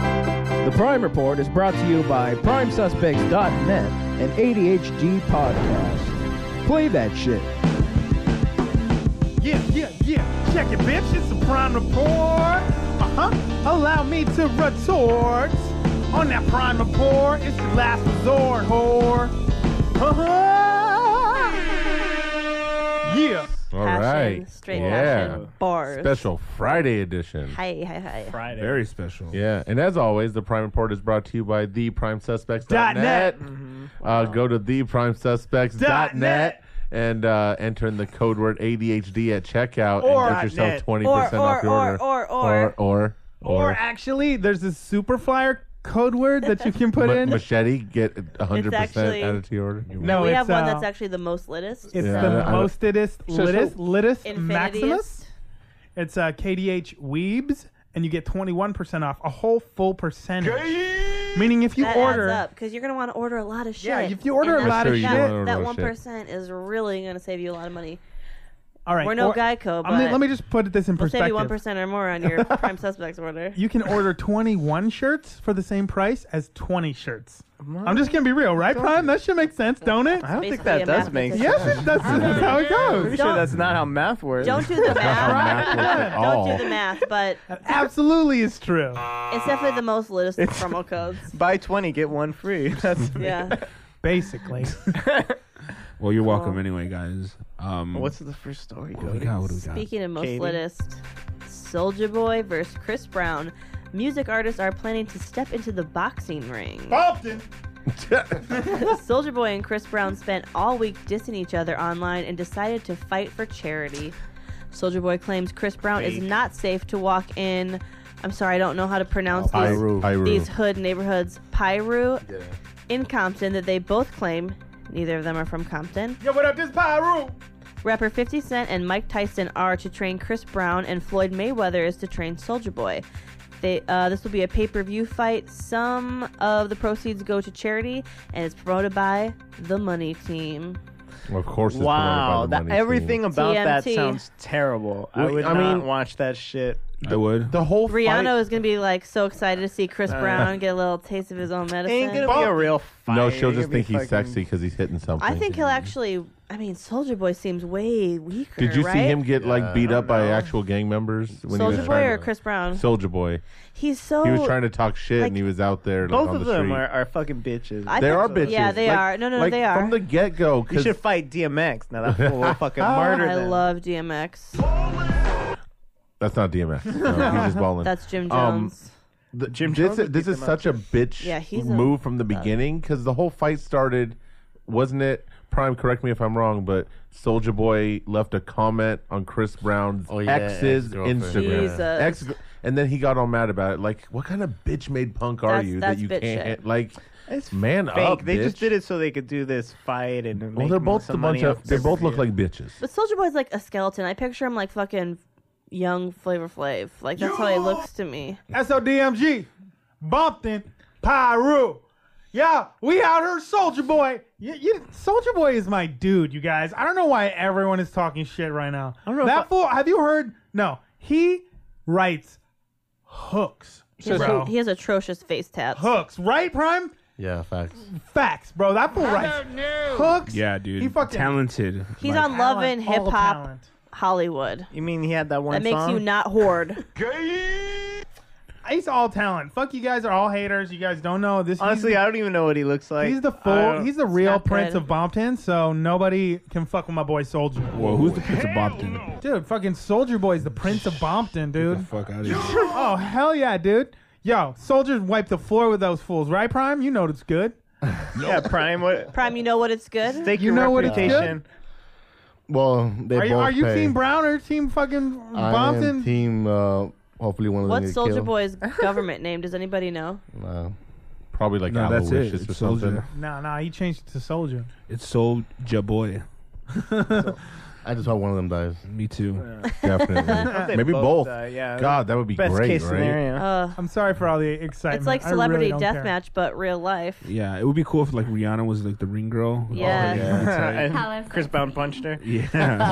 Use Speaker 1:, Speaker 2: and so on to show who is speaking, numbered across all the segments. Speaker 1: The Prime Report is brought to you by PrimeSuspects.net and ADHD Podcast. Play that shit.
Speaker 2: Yeah, yeah, yeah. Check it, bitch. It's the Prime Report. Uh huh. Allow me to retort. On that Prime Report, it's your last resort, whore. Uh huh. Yeah.
Speaker 3: All
Speaker 4: passion,
Speaker 3: right.
Speaker 4: straight
Speaker 3: yeah.
Speaker 4: passion, bars.
Speaker 3: Special Friday edition.
Speaker 4: Hi, hi, hi.
Speaker 2: Friday.
Speaker 5: Very special.
Speaker 3: Yeah. And as always, the Prime Report is brought to you by
Speaker 2: Dot net.
Speaker 3: theprimesuspects.net.
Speaker 4: Mm-hmm.
Speaker 3: Uh, go to theprimesuspects.net net and uh, enter in the code word ADHD at checkout
Speaker 2: Or
Speaker 3: and get
Speaker 2: dot net.
Speaker 3: yourself 20%
Speaker 4: Or,
Speaker 3: off
Speaker 4: or,
Speaker 3: your
Speaker 4: or,
Speaker 3: order.
Speaker 4: or, or.
Speaker 3: or, or,
Speaker 2: Or
Speaker 3: or.
Speaker 2: actually, there's this Superflyer code word that you can put
Speaker 3: Ma-
Speaker 2: in.
Speaker 3: machete, get 100%
Speaker 4: actually-
Speaker 3: added to your order.
Speaker 2: no,
Speaker 4: we
Speaker 2: it's,
Speaker 4: have one
Speaker 2: uh,
Speaker 4: that's actually the most litest.
Speaker 2: It's
Speaker 3: Yeah, I
Speaker 2: the
Speaker 3: don't- I don't-
Speaker 2: mostest,
Speaker 3: so-
Speaker 2: litest, litest, maximus.
Speaker 4: Infinitiest.
Speaker 2: It's uh, KDH Weebs, and you get 21% off, a whole full percentage. Meaning if you
Speaker 4: That
Speaker 2: order,
Speaker 4: adds up because you're gonna want to order a lot of shit.
Speaker 2: Yeah, if you order
Speaker 4: And
Speaker 2: a lot
Speaker 4: that-
Speaker 2: of
Speaker 4: that-
Speaker 3: shit- Sure, you
Speaker 4: that
Speaker 3: wanna
Speaker 4: one
Speaker 3: order a
Speaker 4: percent is really gonna save you a lot of money.
Speaker 2: all right,
Speaker 4: We're no
Speaker 2: or-
Speaker 4: Geico, but
Speaker 2: I mean, let me just put this in
Speaker 4: we'll save
Speaker 2: perspective.
Speaker 4: you one percent or more on your prime suspects order.
Speaker 2: You can order 21 shirts for the same price as 20 shirts. I'm just gonna be real, right, Prime? That should make sense, don't it?
Speaker 5: I don't think
Speaker 4: Basically
Speaker 5: that
Speaker 4: a
Speaker 5: does
Speaker 4: math
Speaker 5: make sense.
Speaker 4: petition.
Speaker 2: Yes, it- that's, that's how it
Speaker 5: Pretty
Speaker 2: goes.
Speaker 5: sure
Speaker 4: Don't-
Speaker 5: that's not how math works.
Speaker 4: Don't do the math.
Speaker 3: Not at all.
Speaker 4: Don't do the math, but
Speaker 2: Absolutely is true.
Speaker 4: it's definitely the most litest of promo codes.
Speaker 5: Buy 20, get one free. That's
Speaker 4: Yeah.
Speaker 2: Basically.
Speaker 6: Well, you're welcome anyway, guys. Um,
Speaker 5: What's the first story?
Speaker 6: what do we
Speaker 5: Cody?
Speaker 6: got? What do we got?
Speaker 4: Speaking of most
Speaker 5: Katie.
Speaker 4: litest, Soldier Boy versus Chris Brown. Music artists are planning to step into the boxing ring.
Speaker 5: Ah!
Speaker 2: Often.
Speaker 4: Soldier Boy and Chris Brown spent all week dissing each other online and decided to fight for charity. Soldier Boy claims Chris Brown is not safe to walk in. I'm sorry, I don't know how to pronounce
Speaker 5: Oh,
Speaker 4: these,
Speaker 3: Pyru. Pyru.
Speaker 4: these hood neighborhoods. Pyru in Compton that they both claim. Neither of them are from Compton.
Speaker 2: Yo, what up, this Pyro?
Speaker 4: Rapper 50 Cent and Mike Tyson are to train Chris Brown, and Floyd Mayweather is to train Soldier Boy. They, uh, this will be a pay per view fight. Some of the proceeds go to charity, and it's promoted by the Money Team.
Speaker 3: Of course, it's promoted
Speaker 5: Wow,
Speaker 3: by the
Speaker 5: that,
Speaker 3: money
Speaker 5: everything
Speaker 3: team.
Speaker 5: about that
Speaker 4: TMT.
Speaker 5: sounds terrible. I
Speaker 3: Well,
Speaker 5: would
Speaker 3: I
Speaker 5: not
Speaker 3: mean-
Speaker 5: watch that shit.
Speaker 6: I would.
Speaker 3: The whole
Speaker 4: Rihanna
Speaker 3: fight- Uh.
Speaker 4: is going to be like so excited to see Chris Brown get a little taste of his own
Speaker 5: Ain't
Speaker 4: medicine.
Speaker 5: gonna be a real fight.
Speaker 3: No, she'll
Speaker 5: Ain't
Speaker 3: just
Speaker 5: gonna be
Speaker 3: think he's
Speaker 5: fucking-
Speaker 3: sexy because he's hitting something.
Speaker 4: I think he'll actually. I mean, Soldier Boy seems way weaker.
Speaker 3: Did you
Speaker 4: right?
Speaker 3: see him get like beat up by actual gang members when he
Speaker 4: Soldier
Speaker 3: was
Speaker 4: Boy or Chris Brown?
Speaker 3: Soldier Boy.
Speaker 4: He's so.
Speaker 3: He was trying to talk shit
Speaker 4: like-
Speaker 3: and he was out there like,
Speaker 5: Both
Speaker 3: on
Speaker 5: of
Speaker 3: the
Speaker 5: them
Speaker 3: street.
Speaker 5: are, are fucking bitches.
Speaker 4: I
Speaker 3: They
Speaker 4: think-
Speaker 3: are bitches.
Speaker 4: Yeah, they
Speaker 3: Like-
Speaker 4: are. No, no, no,
Speaker 3: like,
Speaker 4: they are.
Speaker 3: From the get go,
Speaker 5: you
Speaker 3: because
Speaker 5: should fight DMX. Now that fool will fucking murder
Speaker 4: I
Speaker 5: them.
Speaker 4: love DMX.
Speaker 3: that's not DMX. No, he's just balling.
Speaker 4: That's Jim
Speaker 3: Um,
Speaker 4: Jones.
Speaker 3: The-
Speaker 5: Jim
Speaker 3: this
Speaker 5: Jones
Speaker 3: is,
Speaker 5: would
Speaker 3: this
Speaker 5: beat
Speaker 3: is
Speaker 5: them up,
Speaker 3: such a bitch
Speaker 4: Yeah, he's a-
Speaker 3: move from the beginning because the whole fight started, wasn't it? Prime, correct me if I'm wrong, but Soldier Boy left a comment on Chris Brown's
Speaker 7: Oh,
Speaker 5: yeah,
Speaker 3: ex's
Speaker 5: ex-girlfriend.
Speaker 3: Instagram.
Speaker 4: Jesus.
Speaker 3: Ex, and then he got all mad about it. Like, what kind of bitch made punk are
Speaker 4: That's-
Speaker 3: you
Speaker 4: that's
Speaker 3: that you
Speaker 4: bitch
Speaker 3: can't
Speaker 4: shit.
Speaker 3: like?
Speaker 5: It's
Speaker 3: man
Speaker 5: fake.
Speaker 3: up.
Speaker 5: they
Speaker 3: Oh,
Speaker 5: just
Speaker 3: bitch.
Speaker 5: did it so they could do this fight and make
Speaker 3: Well, they're both
Speaker 5: some
Speaker 3: a bunch
Speaker 5: money
Speaker 3: of.
Speaker 5: off
Speaker 3: They both look
Speaker 5: pay-per-view.
Speaker 3: like bitches.
Speaker 4: But Soldier Boy's like a skeleton. I picture him like fucking young Flavor Flav. Like that's how he looks to me.
Speaker 2: SODMG, Bumpton, Pyro. Yeah, we out here, Soldier Boy. You, you, Soldier Boy is my dude, you guys. I don't know why everyone is talking shit right now. I
Speaker 5: don't know
Speaker 2: that
Speaker 5: if I-
Speaker 2: fool. Have you heard? No, he writes hooks,
Speaker 4: He has,
Speaker 2: bro.
Speaker 4: he has atrocious face tats.
Speaker 2: hooks, right? Prime
Speaker 3: Yeah, facts.
Speaker 2: facts, bro. That fool writes hooks.
Speaker 6: Yeah, dude.
Speaker 2: He fucking
Speaker 6: talented.
Speaker 4: He's
Speaker 6: Like,
Speaker 4: on Love
Speaker 2: Talent,
Speaker 4: and Hip
Speaker 2: all
Speaker 4: Hop
Speaker 2: talent.
Speaker 4: Hollywood.
Speaker 5: You mean he had that one
Speaker 4: That makes
Speaker 5: song?
Speaker 4: you not hoard.
Speaker 2: He's all talent. Fuck you guys are all haters. You guys don't know this.
Speaker 5: Honestly,
Speaker 2: he's,
Speaker 5: I don't even know what he looks like.
Speaker 2: he's the
Speaker 5: I
Speaker 2: full.
Speaker 5: don't-
Speaker 2: He's the real
Speaker 4: not
Speaker 2: prince
Speaker 4: good.
Speaker 2: of Bumpton, so nobody can fuck with my boy Soldier.
Speaker 6: Well, who's the Prince of Bopton?
Speaker 2: Dude, fucking Soldier Boy's the Prince of Bompton, dude.
Speaker 6: Fuck out of here.
Speaker 2: Oh hell yeah, dude. Yo, Soldier wiped the floor with those fools, right, Prime? You know it's good.
Speaker 5: yeah, Prime. What?
Speaker 4: Prime, you know what it's good?
Speaker 5: Take
Speaker 2: You
Speaker 5: your
Speaker 2: know what it's good?
Speaker 5: reputation.
Speaker 7: Well, they
Speaker 2: Are you,
Speaker 7: both
Speaker 2: are you
Speaker 7: pay.
Speaker 2: Team Brown or Team fucking
Speaker 7: I am
Speaker 2: Bompton?
Speaker 7: team. Uh, hopefully, one of them
Speaker 4: What's
Speaker 7: get
Speaker 4: Soldier
Speaker 7: killed.
Speaker 4: Boy's government name? Does anybody know?
Speaker 7: No.
Speaker 3: Uh, Probably like
Speaker 6: No, that's it.
Speaker 3: Aloysius or
Speaker 6: It's
Speaker 3: something.
Speaker 6: Soldier.
Speaker 2: No, no, he changed it to Soldier.
Speaker 6: It's Soldier Boy.
Speaker 7: I just hope one of them dies.
Speaker 6: Me too.
Speaker 3: Definitely. Maybe both.
Speaker 5: die, yeah.
Speaker 3: God, that would be
Speaker 5: Best
Speaker 3: great,
Speaker 5: case
Speaker 3: right?
Speaker 5: scenario.
Speaker 4: Uh,
Speaker 2: I'm sorry for all the excitement.
Speaker 4: it's like
Speaker 2: I really
Speaker 4: celebrity
Speaker 2: don't care.
Speaker 4: deathmatch, but real life.
Speaker 3: Oh,
Speaker 6: Yeah, Uh, it would be cool if like Rihanna was like the ring girl.
Speaker 4: Yeah.
Speaker 5: And
Speaker 8: How is
Speaker 5: Chris
Speaker 8: that?
Speaker 5: Brown punched her.
Speaker 6: Yeah.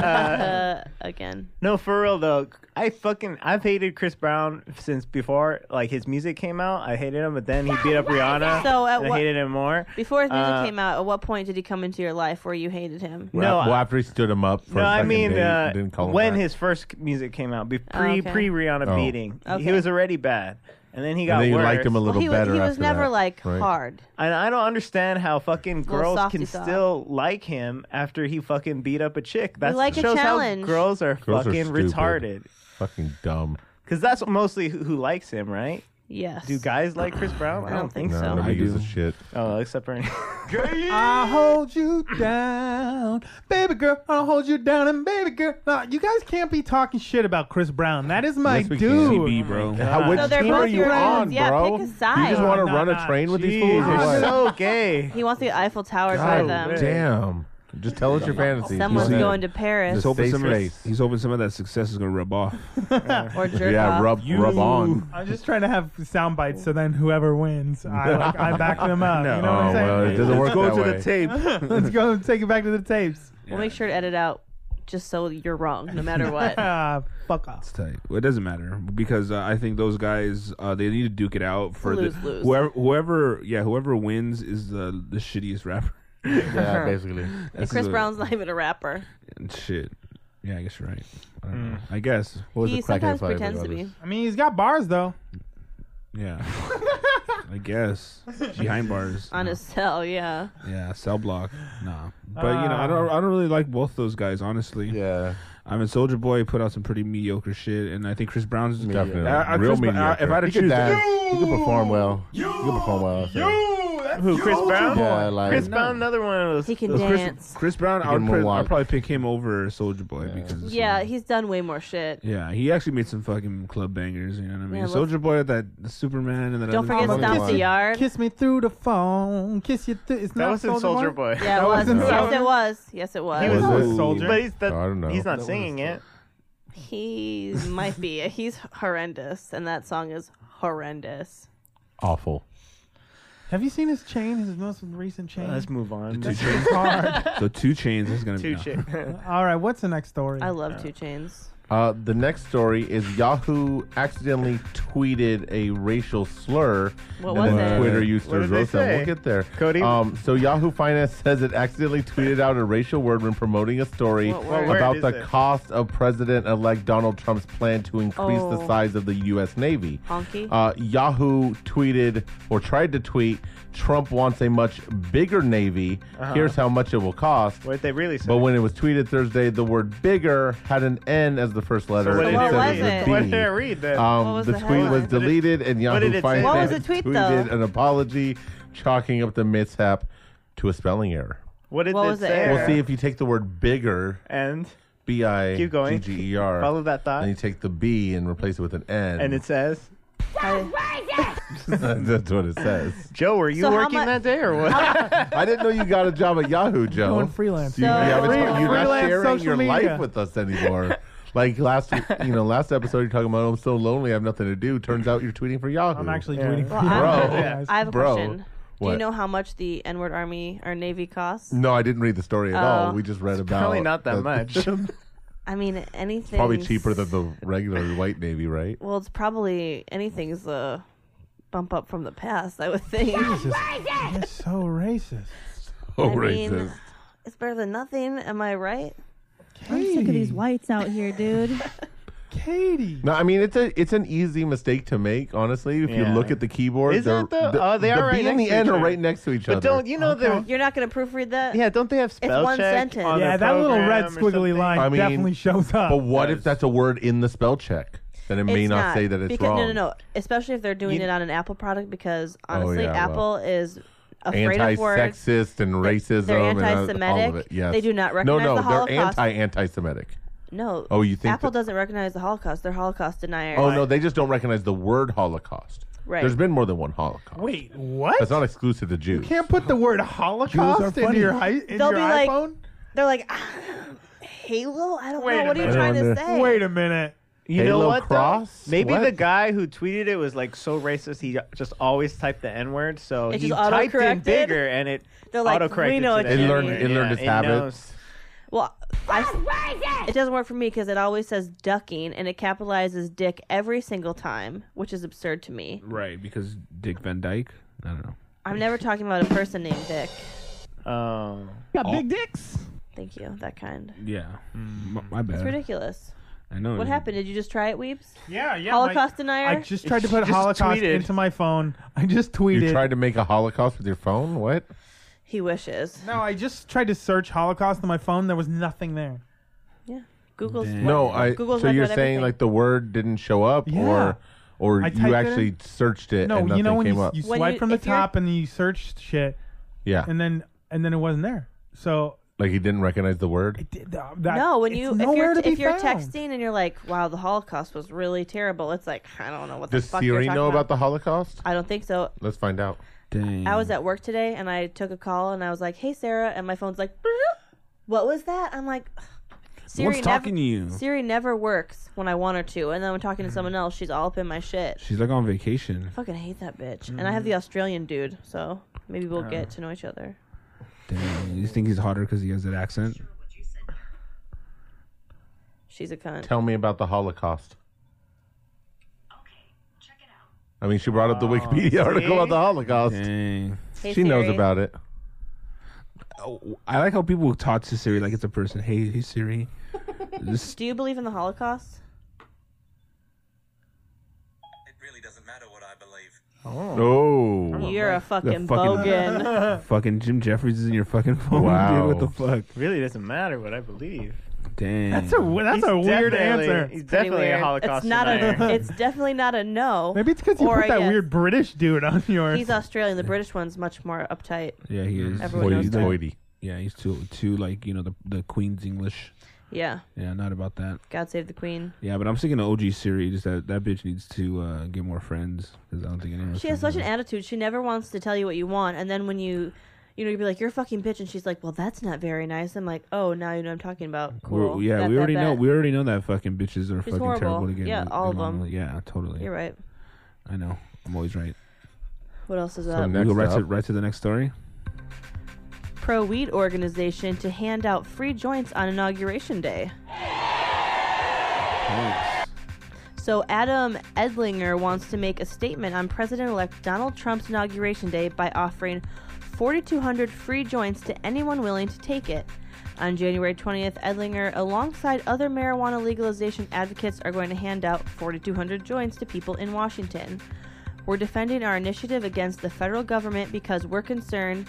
Speaker 4: Uh, again.
Speaker 5: No, for real though. I fucking I've hated Chris Brown since before like his music came out. I hated him, but then he beat up Rihanna.
Speaker 4: So, at
Speaker 5: and
Speaker 4: what-
Speaker 5: I hated him more.
Speaker 4: Before his music
Speaker 5: Uh,
Speaker 4: came out, at what point did he come into your life where you hated him?
Speaker 3: Well,
Speaker 5: No,
Speaker 3: af- well,
Speaker 5: I-
Speaker 3: after he stood him up for
Speaker 5: No,
Speaker 3: a
Speaker 5: I
Speaker 3: second
Speaker 5: mean
Speaker 3: date,
Speaker 5: uh,
Speaker 3: didn't call him
Speaker 5: when
Speaker 3: back.
Speaker 5: his first music came out, be- pre
Speaker 4: okay.
Speaker 5: pre Rihanna
Speaker 3: Oh.
Speaker 5: beating.
Speaker 4: Okay.
Speaker 5: He was already bad, and then he got
Speaker 3: and then you
Speaker 5: worse.
Speaker 3: liked him a
Speaker 4: Well,
Speaker 3: little
Speaker 4: he, wa-
Speaker 3: better.
Speaker 4: he was
Speaker 3: after
Speaker 4: never
Speaker 3: that,
Speaker 4: like
Speaker 3: right?
Speaker 4: hard.
Speaker 5: And I don't understand how fucking
Speaker 4: Little
Speaker 5: girls
Speaker 4: softy
Speaker 5: can
Speaker 4: soft.
Speaker 5: still like him after he fucking beat up a chick. That
Speaker 4: like a
Speaker 5: shows
Speaker 4: challenge.
Speaker 5: how girls are
Speaker 3: Girls are
Speaker 5: fucking
Speaker 3: stupid.
Speaker 5: retarded.
Speaker 3: Fucking dumb.
Speaker 5: Because that's mostly who, who likes him, right?
Speaker 4: Yes.
Speaker 5: Do guys like Chris Brown? I don't, think
Speaker 3: No,
Speaker 5: so.
Speaker 3: nobody
Speaker 6: I
Speaker 3: gives a
Speaker 6: do.
Speaker 3: shit.
Speaker 5: Oh, except for
Speaker 2: I'll hold you down, baby girl. I'll hold you down, and baby girl. No, you guys can't be talking shit about Chris Brown. That is my
Speaker 3: Yes, we can.
Speaker 2: dude.
Speaker 6: CB, bro.
Speaker 3: How, which
Speaker 4: So they're
Speaker 3: team
Speaker 4: both
Speaker 3: are you
Speaker 4: your
Speaker 3: on,
Speaker 4: friends. Yeah,
Speaker 3: bro?
Speaker 4: pick a
Speaker 3: You
Speaker 4: side.
Speaker 3: just want to
Speaker 2: No,
Speaker 3: run
Speaker 2: no,
Speaker 3: a train with these fools? Or
Speaker 5: Jeez,
Speaker 3: what?
Speaker 5: you're so gay.
Speaker 4: He wants the Eiffel Tower by
Speaker 3: God
Speaker 4: them.
Speaker 3: damn. Just tell us your fantasies.
Speaker 4: Someone's
Speaker 3: We'll see.
Speaker 4: going to Paris
Speaker 3: Just
Speaker 6: He's
Speaker 3: hope-
Speaker 6: hoping,
Speaker 3: Stay
Speaker 6: some of,
Speaker 3: safe.
Speaker 6: he's hoping some of that success is gonna rub off.
Speaker 4: or jerk
Speaker 3: Yeah,
Speaker 4: off.
Speaker 3: rub, rub on. Oh,
Speaker 2: I'm just trying to have sound bites, so then whoever wins, I like, I back them up. You know what I'm
Speaker 3: Oh,
Speaker 2: saying?
Speaker 3: well, it doesn't work
Speaker 6: Go
Speaker 3: that
Speaker 6: to
Speaker 3: way.
Speaker 6: the tape.
Speaker 2: Let's go and take it back to the tapes.
Speaker 4: We'll make sure to edit out just so you're wrong, no matter what.
Speaker 2: Ah, fuck off.
Speaker 6: It's tight. Well, it doesn't matter because uh, I think those guys uh, they need to duke it out for the
Speaker 4: Lose-lose.
Speaker 6: whoever whoever yeah whoever wins is the the shittiest rapper.
Speaker 7: Yeah, basically.
Speaker 6: That's
Speaker 4: Chris
Speaker 6: the-
Speaker 4: Brown's not even a rapper.
Speaker 6: shit. Yeah, I guess you're right. I, don't know. I guess
Speaker 7: What was
Speaker 4: He
Speaker 7: the crackhead
Speaker 4: sometimes
Speaker 7: fight
Speaker 4: pretends to
Speaker 7: about
Speaker 4: be.
Speaker 7: this?
Speaker 2: I mean, he's got bars though.
Speaker 6: yeah. I guess behind bars
Speaker 4: On his cell, yeah.
Speaker 6: yeah cell block nah but you know I don't I don't really like both those guys honestly
Speaker 7: Yeah.
Speaker 6: I mean Soldier Boy put out some pretty mediocre shit and I think Chris Brown's
Speaker 7: Definitely.
Speaker 6: I- I-
Speaker 3: Real
Speaker 6: Chris- I-
Speaker 3: mediocre.
Speaker 6: if I had to
Speaker 7: He
Speaker 6: choose
Speaker 7: could dance. He could perform well. he could perform well. I think.
Speaker 5: Who, Chris Brown?
Speaker 7: Yeah, like,
Speaker 5: Chris Brown, another one of those.
Speaker 4: He can
Speaker 5: those
Speaker 4: dance.
Speaker 6: Chris Brown, I
Speaker 7: can
Speaker 6: would put,
Speaker 7: moonwalk.
Speaker 6: I'd probably pick him over Soldier Boy because
Speaker 4: Yeah, he's done way more shit.
Speaker 6: yeah, he actually made some fucking club bangers. You know what I mean?
Speaker 4: Yeah,
Speaker 6: Soldier Boy, that Superman, and that
Speaker 4: Don't
Speaker 6: other
Speaker 4: forget
Speaker 7: Mama
Speaker 4: Stomp the
Speaker 7: Mia.
Speaker 4: Yard.
Speaker 2: Kiss me through the phone. Kiss you through. It's
Speaker 5: that
Speaker 2: not
Speaker 5: wasn't Soldier Boy.
Speaker 4: Yeah, it was.
Speaker 2: wasn't
Speaker 4: Yes,
Speaker 2: Soldier-
Speaker 4: it was. Yes, it was.
Speaker 5: He was
Speaker 3: Was
Speaker 5: a
Speaker 3: it?
Speaker 5: soldier, but he's, that,
Speaker 3: I don't know.
Speaker 5: he's not singing it.
Speaker 4: He might be. He's horrendous, and that song is horrendous.
Speaker 3: Awful.
Speaker 2: Have you seen his chain? His most recent chain.
Speaker 5: Let's move on.
Speaker 6: Two
Speaker 5: That's
Speaker 6: chains.
Speaker 2: hard.
Speaker 6: so two chains is gonna
Speaker 5: Two
Speaker 6: be
Speaker 5: shit.
Speaker 2: All right, what's the next story?
Speaker 4: I love Two Chains.
Speaker 3: Uh, the next story is Yahoo accidentally tweeted a racial slur.
Speaker 4: What
Speaker 3: and
Speaker 4: was
Speaker 3: then
Speaker 4: it?
Speaker 3: Twitter
Speaker 5: What
Speaker 3: users
Speaker 5: did they
Speaker 3: wrote them. We'll
Speaker 5: say?
Speaker 3: get there.
Speaker 5: Cody?
Speaker 3: Um, so Yahoo Finance says it accidentally tweeted out a racial word when promoting a story
Speaker 4: What word?
Speaker 5: What
Speaker 3: about
Speaker 5: word
Speaker 3: the
Speaker 5: is it?
Speaker 3: cost of President-elect Donald Trump's plan to increase
Speaker 4: Oh.
Speaker 3: the size of the U.S. Navy.
Speaker 4: Honky?
Speaker 3: Uh, Yahoo tweeted or tried to tweet, "Trump wants a much bigger Navy. Here's how much it will cost."
Speaker 5: What did they really say?
Speaker 3: But when it was tweeted Thursday, the word "bigger" had an N as the first letter.
Speaker 5: So what
Speaker 4: it
Speaker 5: did
Speaker 3: instead
Speaker 4: read?
Speaker 3: of the
Speaker 4: What
Speaker 5: did it read then?
Speaker 3: Um,
Speaker 4: What was
Speaker 3: the
Speaker 4: the
Speaker 3: tweet was
Speaker 4: headline?
Speaker 3: deleted, and
Speaker 5: did
Speaker 3: Yahoo
Speaker 5: it say?
Speaker 3: Finance
Speaker 5: What
Speaker 4: was the tweet,
Speaker 3: tweeted
Speaker 4: though?
Speaker 3: an apology, chalking up the mishap to a spelling error.
Speaker 5: what did
Speaker 4: what
Speaker 5: it
Speaker 4: was the
Speaker 5: say?
Speaker 4: error?
Speaker 3: We'll see if you take the word "bigger,"
Speaker 5: and
Speaker 3: B I G G E R.
Speaker 5: Follow that thought.
Speaker 3: Then you take the B and replace it with an N,
Speaker 5: and it says,
Speaker 4: I-
Speaker 3: that's what it says.
Speaker 5: Joe, were you
Speaker 4: So how
Speaker 5: working
Speaker 4: mu-
Speaker 5: that day or what?
Speaker 3: I didn't know you got a job at Yahoo, Joe.
Speaker 2: Doing freelance.
Speaker 3: You,
Speaker 4: So-
Speaker 3: you haven't-
Speaker 4: Free-
Speaker 3: you're
Speaker 2: freelance
Speaker 3: not sharing
Speaker 2: social
Speaker 3: your
Speaker 2: media.
Speaker 3: life with us anymore. like last, you know, last episode you're talking about. I'm so lonely. I have nothing to do. Turns out you're tweeting for Yahoo.
Speaker 2: I'm actually
Speaker 5: Yeah.
Speaker 2: tweeting.
Speaker 4: Well,
Speaker 2: for you.
Speaker 4: I'm-
Speaker 3: Bro.
Speaker 2: Yeah.
Speaker 4: I have a
Speaker 3: Bro,
Speaker 4: question. Do you
Speaker 3: what?
Speaker 4: know how much the N-word Army or Navy costs?
Speaker 3: No, I didn't read the story at all.
Speaker 4: Oh.
Speaker 3: We just read about.
Speaker 5: Probably not that
Speaker 3: the-
Speaker 5: much.
Speaker 4: I mean, anything.
Speaker 3: Probably cheaper than the regular white navy, right?
Speaker 4: Well, it's probably anything's a bump up from the past. I would think.
Speaker 2: You're so racist.
Speaker 3: Oh,
Speaker 4: I mean, it's better than nothing. Am I right?
Speaker 8: I'm sick of these whites out here, dude.
Speaker 2: Katie.
Speaker 3: No, I mean it's a it's an easy mistake to make, honestly. If
Speaker 5: Yeah.
Speaker 3: you look at the keyboard,
Speaker 5: Is it, though? Oh, they
Speaker 3: the
Speaker 5: are right
Speaker 3: B and
Speaker 5: next
Speaker 3: the
Speaker 5: to
Speaker 3: N
Speaker 5: each
Speaker 3: are
Speaker 5: other.
Speaker 3: right next to each
Speaker 5: but
Speaker 3: other.
Speaker 5: don't you know they're
Speaker 4: You're not gonna proofread that.
Speaker 5: yeah? Don't they have spell
Speaker 4: one
Speaker 5: check
Speaker 4: sentence.
Speaker 5: on
Speaker 2: Yeah,
Speaker 5: their
Speaker 2: that little
Speaker 5: program
Speaker 2: red
Speaker 5: or
Speaker 2: squiggly
Speaker 5: something?
Speaker 2: line
Speaker 3: I mean,
Speaker 2: definitely shows up.
Speaker 3: But what if
Speaker 6: Yes.
Speaker 3: that's a word in the spell check? Then it may
Speaker 4: It's
Speaker 3: not, say that it's
Speaker 4: because,
Speaker 3: wrong. Oh,
Speaker 4: No, no, no. Especially if they're doing it on an Apple product, because honestly,
Speaker 3: yeah,
Speaker 4: Apple is afraid of words.
Speaker 3: anti-sexist and racism.
Speaker 4: they're
Speaker 3: and, uh, All of
Speaker 4: anti-Semitic.
Speaker 3: it. Yes.
Speaker 4: They do not recognize
Speaker 3: No, no,
Speaker 4: the
Speaker 3: they're
Speaker 4: Holocaust.
Speaker 3: anti-anti-Semitic.
Speaker 4: No.
Speaker 3: Oh, you think
Speaker 4: Apple
Speaker 3: that-
Speaker 4: doesn't recognize the Holocaust? They're Holocaust deniers.
Speaker 3: Oh no, they just don't recognize the word Holocaust.
Speaker 4: Right.
Speaker 3: There's been more than one Holocaust.
Speaker 2: Wait, what?
Speaker 3: That's not exclusive to Jews.
Speaker 2: Can't put the word Holocaust into your, hi- in
Speaker 4: They'll
Speaker 2: your
Speaker 4: be like-
Speaker 2: iPhone.
Speaker 4: They're like, "Ah, Halo? I don't
Speaker 2: Wait
Speaker 4: know.
Speaker 2: a
Speaker 4: What are you
Speaker 2: minute.
Speaker 4: trying to
Speaker 3: Wonder-
Speaker 4: say?
Speaker 2: Wait a minute.
Speaker 5: You
Speaker 3: Halo
Speaker 5: know what? though?
Speaker 3: Cross?
Speaker 5: Maybe
Speaker 3: What?
Speaker 5: the guy who tweeted it was like so racist. He just always typed the N word, so
Speaker 4: It
Speaker 5: he
Speaker 4: just
Speaker 5: typed in
Speaker 4: auto-corrected?
Speaker 5: bigger, and it
Speaker 4: They're like,
Speaker 5: autocorrected
Speaker 4: "We know
Speaker 5: to
Speaker 4: what
Speaker 5: that.
Speaker 4: you
Speaker 3: It learned-
Speaker 4: mean."
Speaker 3: it learned its
Speaker 5: Yeah,
Speaker 3: habits.
Speaker 5: knows.
Speaker 4: Well, I, it doesn't work for me because it always says ducking and it capitalizes dick every single time, which is absurd to me.
Speaker 6: Right, because Dick Van Dyke. I don't know.
Speaker 4: I'm never talking about a person named Dick.
Speaker 5: Oh,
Speaker 2: Got big dicks.
Speaker 4: Thank you, that kind.
Speaker 6: Yeah,
Speaker 7: Mm.
Speaker 6: M- my
Speaker 4: It's
Speaker 6: bad.
Speaker 4: ridiculous.
Speaker 6: I know.
Speaker 4: What happened? Did you just try it, Weebs?
Speaker 2: Yeah, yeah.
Speaker 4: Holocaust
Speaker 2: I
Speaker 4: denier?
Speaker 2: just tried to put
Speaker 5: Just
Speaker 2: Holocaust
Speaker 5: tweeted.
Speaker 2: into my phone. I just tweeted.
Speaker 3: You tried to make a Holocaust with your phone? What?
Speaker 4: He wishes.
Speaker 2: no, I just tried to search Holocaust on my phone. There was nothing there.
Speaker 4: Yeah. Google's
Speaker 3: No, I.
Speaker 4: Google's
Speaker 3: so
Speaker 4: like
Speaker 3: you're
Speaker 4: about
Speaker 3: saying
Speaker 4: everything.
Speaker 3: like the word didn't show up,
Speaker 2: Yeah.
Speaker 3: or or
Speaker 2: I typed
Speaker 3: you
Speaker 2: it
Speaker 3: actually searched it and
Speaker 2: No,
Speaker 3: nothing
Speaker 2: you know when
Speaker 3: came
Speaker 2: you,
Speaker 3: up?
Speaker 2: you
Speaker 4: When
Speaker 2: swipe
Speaker 4: you-
Speaker 2: from the
Speaker 4: if you're-
Speaker 2: top and you search shit,
Speaker 3: yeah,
Speaker 2: and then and then it wasn't there. So
Speaker 3: like he didn't recognize the word.
Speaker 2: d- th- that,
Speaker 4: No, when
Speaker 2: it's
Speaker 4: you if
Speaker 2: nowhere
Speaker 4: you're
Speaker 2: to be
Speaker 4: if you're
Speaker 2: found.
Speaker 4: texting and you're like, "Wow, the Holocaust was really terrible." It's like I don't know what the
Speaker 3: Does
Speaker 4: fuck
Speaker 3: Siri
Speaker 4: you're
Speaker 3: know
Speaker 4: talking
Speaker 3: about the Mm. Holocaust?
Speaker 4: I don't think so.
Speaker 3: Let's find out.
Speaker 6: Dang.
Speaker 4: I was at work today and I took a call and I was like, "Hey, Sarah," and my phone's like, "Bloop." "What was that?" I'm like, "Siri
Speaker 6: What's talking
Speaker 4: never."
Speaker 6: to you?
Speaker 4: Siri never works when I want her to, and then when talking to someone else, she's all up in my shit.
Speaker 6: She's like on vacation.
Speaker 4: Fucking hate that bitch. And I have
Speaker 3: Mm.
Speaker 4: the Australian dude, so maybe we'll get to know each other.
Speaker 6: Damn. You think he's hotter because he has that accent?
Speaker 4: She's a cunt.
Speaker 3: Tell me about the Holocaust. I mean, she brought up the Wikipedia article about the Holocaust.
Speaker 6: Dang.
Speaker 4: Hey,
Speaker 3: she knows
Speaker 4: Siri.
Speaker 3: about it.
Speaker 6: Oh, I like how people talk to Siri like it's a person. Hey, hey Siri. This-
Speaker 4: Do you believe in the Holocaust?
Speaker 9: It really doesn't matter what I believe.
Speaker 3: Oh,
Speaker 4: You're a fucking,
Speaker 6: fucking-
Speaker 4: bogan.
Speaker 6: fucking Jim Jeffries is in your fucking phone.
Speaker 3: Wow.
Speaker 6: Dude, what the fuck?
Speaker 5: really doesn't matter what I believe.
Speaker 6: Dang.
Speaker 2: That's a that's
Speaker 5: He's
Speaker 2: a weird
Speaker 5: definitely-
Speaker 2: answer.
Speaker 5: He's
Speaker 4: Pretty
Speaker 5: definitely
Speaker 4: weird.
Speaker 5: a Holocaust
Speaker 4: It's not
Speaker 5: denier.
Speaker 4: a. It's definitely not a no.
Speaker 2: Maybe it's because you
Speaker 4: Or
Speaker 2: put
Speaker 4: I
Speaker 2: that
Speaker 4: guess-
Speaker 2: weird British dude on yours.
Speaker 4: He's Australian. The British one's much more uptight.
Speaker 6: yeah, he is.
Speaker 4: Everyone knows
Speaker 3: hoity
Speaker 4: that.
Speaker 3: toity.
Speaker 6: Yeah, he's too too like you know the the Queen's English.
Speaker 4: Yeah.
Speaker 6: Yeah, not about that.
Speaker 4: God save the Queen.
Speaker 6: Yeah, but I'm thinking of OG Siri. Just that that bitch needs to uh, get more friends because I don't think anyone.
Speaker 4: She has such an attitude. She never wants to tell you what you want, and then when you, you know, you'd be like, "You're a fucking bitch," and she's like, "Well, that's not very nice." I'm like, "Oh, now you know what I'm talking about." Cool.
Speaker 6: We're, yeah,
Speaker 4: Bet,
Speaker 6: we
Speaker 4: bet,
Speaker 6: already know.
Speaker 4: bet.
Speaker 6: We already know that fucking bitches are fucking
Speaker 4: horrible.
Speaker 6: terrible to get.
Speaker 4: Yeah, all of
Speaker 6: along
Speaker 4: them.
Speaker 6: with. Yeah, totally.
Speaker 4: You're right.
Speaker 6: I know. I'm always right.
Speaker 4: What else is
Speaker 3: So
Speaker 4: up?
Speaker 3: next
Speaker 6: we go right to
Speaker 3: up,
Speaker 6: right to the next story.
Speaker 4: Pro weed organization to hand out free joints on inauguration day. So Adam Edlinger wants to make a statement on President-elect Donald Trump's inauguration day by offering 4,200 free joints to anyone willing to take it. On January 20th, Edlinger, alongside other marijuana legalization advocates, are going to hand out 4,200 joints to people in Washington. We're defending our initiative against the federal government because we're concerned